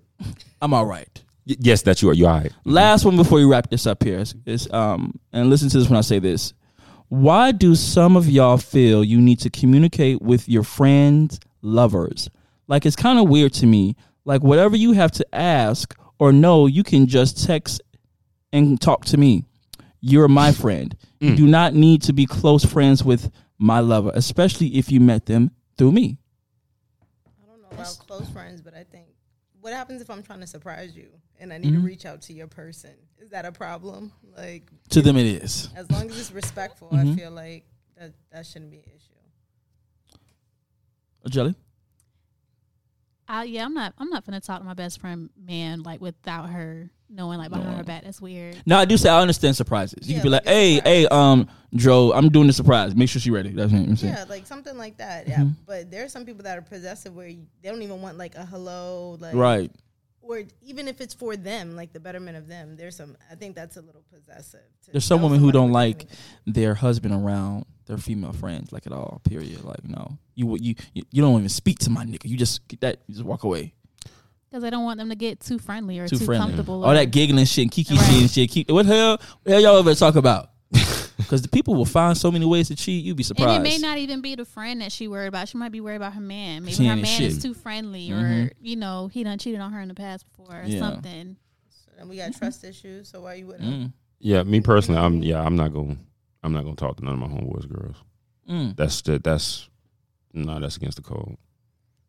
Speaker 1: I'm all right.
Speaker 2: Y- yes, that you are. You all right.
Speaker 1: Last one before we wrap this up here is, is um and listen to this when I say this. Why do some of y'all feel you need to communicate with your friends, lovers? Like it's kind of weird to me. Like whatever you have to ask or know, you can just text and talk to me. You're my friend. You do not need to be close friends with my lover, especially if you met them through me.
Speaker 4: I don't know about close friends, but I think what happens if I'm trying to surprise you and I need
Speaker 1: Mm-hmm.
Speaker 4: to reach out to your person? Is that a problem? Like,
Speaker 1: To them, it is.
Speaker 4: as long as it's respectful,
Speaker 1: Mm-hmm.
Speaker 4: I feel like that that shouldn't be an issue.
Speaker 1: Jelly?
Speaker 3: I, yeah, I'm not. I'm not gonna talk to my best friend, man, like without her knowing, like behind her back. That's weird.
Speaker 1: No, I do say I understand surprises. You
Speaker 4: Yeah,
Speaker 1: can be like,
Speaker 4: like a
Speaker 1: hey,
Speaker 4: surprise.
Speaker 1: hey, um, Dro, I'm doing the surprise. Make sure she ready. That's what I'm saying.
Speaker 4: Yeah, like something like that. Yeah,
Speaker 1: Mm-hmm.
Speaker 4: but there are some people that are possessive where you, they don't even want like a hello, like
Speaker 1: Right.
Speaker 4: or even if it's for them, like the betterment of them. There's some. I think that's a little possessive. to
Speaker 1: There's some
Speaker 4: tell
Speaker 1: women who
Speaker 4: somebody
Speaker 1: don't
Speaker 4: what they
Speaker 1: like
Speaker 4: think.
Speaker 1: their husband around their female friends like at all. Period. Like no, you you you you don't even speak to my nigga. You just get that you just walk away.
Speaker 3: because I don't want them to get too friendly or
Speaker 1: Too
Speaker 3: too,
Speaker 1: friendly.
Speaker 3: comfortable.
Speaker 1: All
Speaker 3: or-
Speaker 1: that giggling shit and kiki
Speaker 3: Right.
Speaker 1: shit and shit. Keep, what the hell? What the hell y'all ever talk about? Because the people will find so many ways to cheat. You'd be
Speaker 3: and
Speaker 1: surprised.
Speaker 3: it may not even be the friend that she worried about. She might be worried about her man. Maybe
Speaker 1: She
Speaker 3: her
Speaker 1: ain't
Speaker 3: man
Speaker 1: shit. Mm-hmm.
Speaker 3: is too friendly, or you know, he done cheated on her in the past before, or
Speaker 1: Yeah.
Speaker 3: something.
Speaker 4: And we got
Speaker 1: Mm-hmm.
Speaker 4: trust issues, so why you wouldn't?
Speaker 1: Mm,
Speaker 2: Yeah, me personally, I'm yeah, I'm not going. to I'm not going to talk to none of my homeboys, girls.
Speaker 1: mm.
Speaker 2: That's the, that's no, that's against the code.
Speaker 1: Mm-hmm.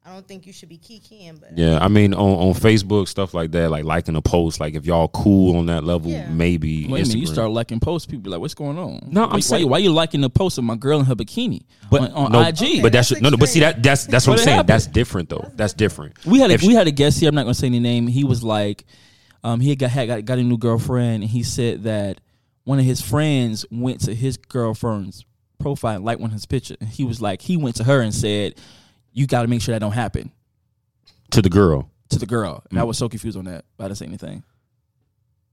Speaker 4: I don't think you should be kikiing, but
Speaker 2: Yeah, I mean on on Facebook stuff like that, like liking a post, like if y'all cool on that level,
Speaker 4: Yeah.
Speaker 2: maybe.
Speaker 1: Wait a minute, you
Speaker 2: Instagram.
Speaker 1: start liking posts. People be like, "What's going on?"
Speaker 2: No,
Speaker 1: why,
Speaker 2: I'm
Speaker 1: why, you-
Speaker 2: saying-
Speaker 1: why you liking the post of my girl in her bikini
Speaker 2: But-
Speaker 1: on, on
Speaker 2: no,
Speaker 1: IG?
Speaker 2: But that's
Speaker 4: That's
Speaker 2: no, no. But see that
Speaker 4: extreme.
Speaker 2: that's that's what
Speaker 1: But
Speaker 2: I'm
Speaker 1: it
Speaker 2: saying.
Speaker 1: happened.
Speaker 2: That's different though. That's different.
Speaker 1: We had a,
Speaker 2: If
Speaker 1: we had a guest here. I'm not going to say any name. He was like, um, he had got, had got got a new girlfriend, and he said that one of his friends went to his girlfriend's profile and liked one of his picture. And he was like, he went to her and said, "You got to make sure that don't happen
Speaker 2: To the girl,
Speaker 1: to the girl." And I
Speaker 2: Mm.
Speaker 1: was so confused on that. But I didn't say anything.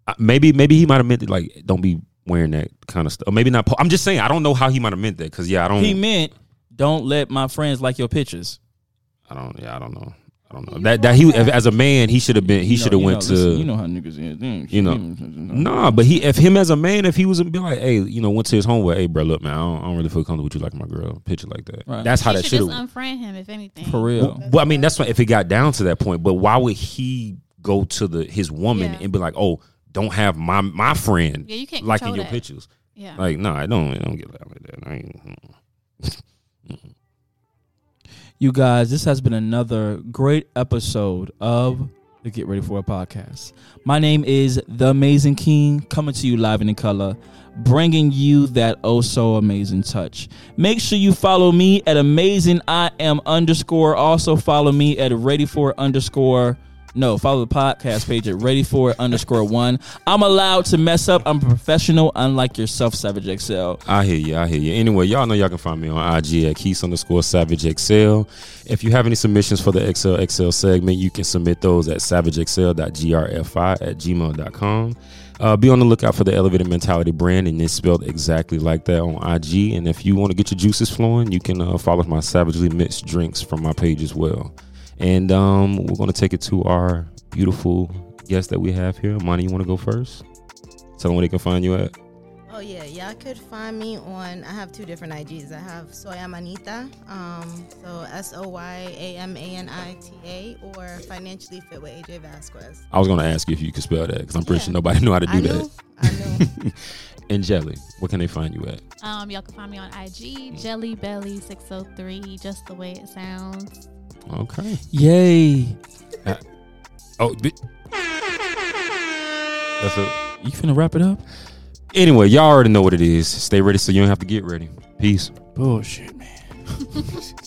Speaker 2: Uh, maybe maybe he might have meant it, like don't be wearing that kind of stuff. Or maybe not. Po- I'm just saying I don't know how he might have meant that because yeah, I don't.
Speaker 1: He meant, "Don't let my friends like your pictures."
Speaker 2: I don't. Yeah, I don't know. I don't know that that he if- as a man he should have been he
Speaker 1: You know-
Speaker 2: should have
Speaker 1: you
Speaker 2: went
Speaker 1: know,
Speaker 2: to
Speaker 1: listen, you know how niggas is. Mm, They-
Speaker 2: you know. Nah, but he if him as a man, if he was a be like, hey, you know, went to his home with, hey, bro, look, man, I don't, I don't really feel comfortable with you like my girl, picture like that.
Speaker 1: Right.
Speaker 2: That's how
Speaker 3: She
Speaker 2: that
Speaker 3: should
Speaker 2: should
Speaker 3: just
Speaker 2: have.
Speaker 3: unfriend him if anything.
Speaker 1: for real.
Speaker 2: Well, I mean, that's why if it got down to that point, but why would he go to the his woman
Speaker 3: Yeah.
Speaker 2: and be like, oh, don't have my my friend
Speaker 3: Yeah, you can't
Speaker 2: liking
Speaker 3: control
Speaker 2: your
Speaker 3: that.
Speaker 2: pictures?
Speaker 3: Yeah.
Speaker 2: Like, no, I don't, I don't get that like that. I ain't,
Speaker 1: You guys, this has been another great episode of the Get Ready for a Podcast. My name is The Amazing King, coming to you live and in color, bringing you that oh so amazing touch. Make sure you follow me at Amazing I Am underscore. Also, follow me at Ready for underscore. No, follow the podcast page at Ready for underscore one. I'm allowed to mess up. I'm a professional, unlike yourself, Savage XL.
Speaker 2: I hear you. I hear you. Anyway, y'all know y'all can find me on IG at Keys underscore Savage XL. If you have any submissions for the XL XL segment, you can submit those at savagexl.grfi at gmail.com. Uh, be on the lookout for the Elevated Mentality brand, and it's spelled exactly like that on IG. And if you want to get your juices flowing, you can uh, follow my Savagely Mixed Drinks from my page as well. And um, we're going to take it to our beautiful guest that we have here. Monty, you want to go first? Tell them where they can find you at.
Speaker 4: Oh yeah, y'all could find me on. I have two different IGs. I have Soyamanita, um, so S O Y A M A N I T A, or financially fit with AJ Vasquez.
Speaker 2: I was gonna ask you if you could spell that because I'm pretty
Speaker 4: Yeah.
Speaker 2: sure nobody knew how to do
Speaker 4: I
Speaker 2: that.
Speaker 4: knew, I knew.
Speaker 2: And Jelly, what can they find you at?
Speaker 3: Um, y'all can find me on IG Jelly Belly six oh three, just the way it sounds.
Speaker 2: Okay.
Speaker 1: Yay.
Speaker 2: Oh, bi- that's it.
Speaker 1: You finna wrap it up?
Speaker 2: Anyway, y'all already know what it is. Stay ready so you don't have to get ready. Peace.
Speaker 1: Bullshit, man.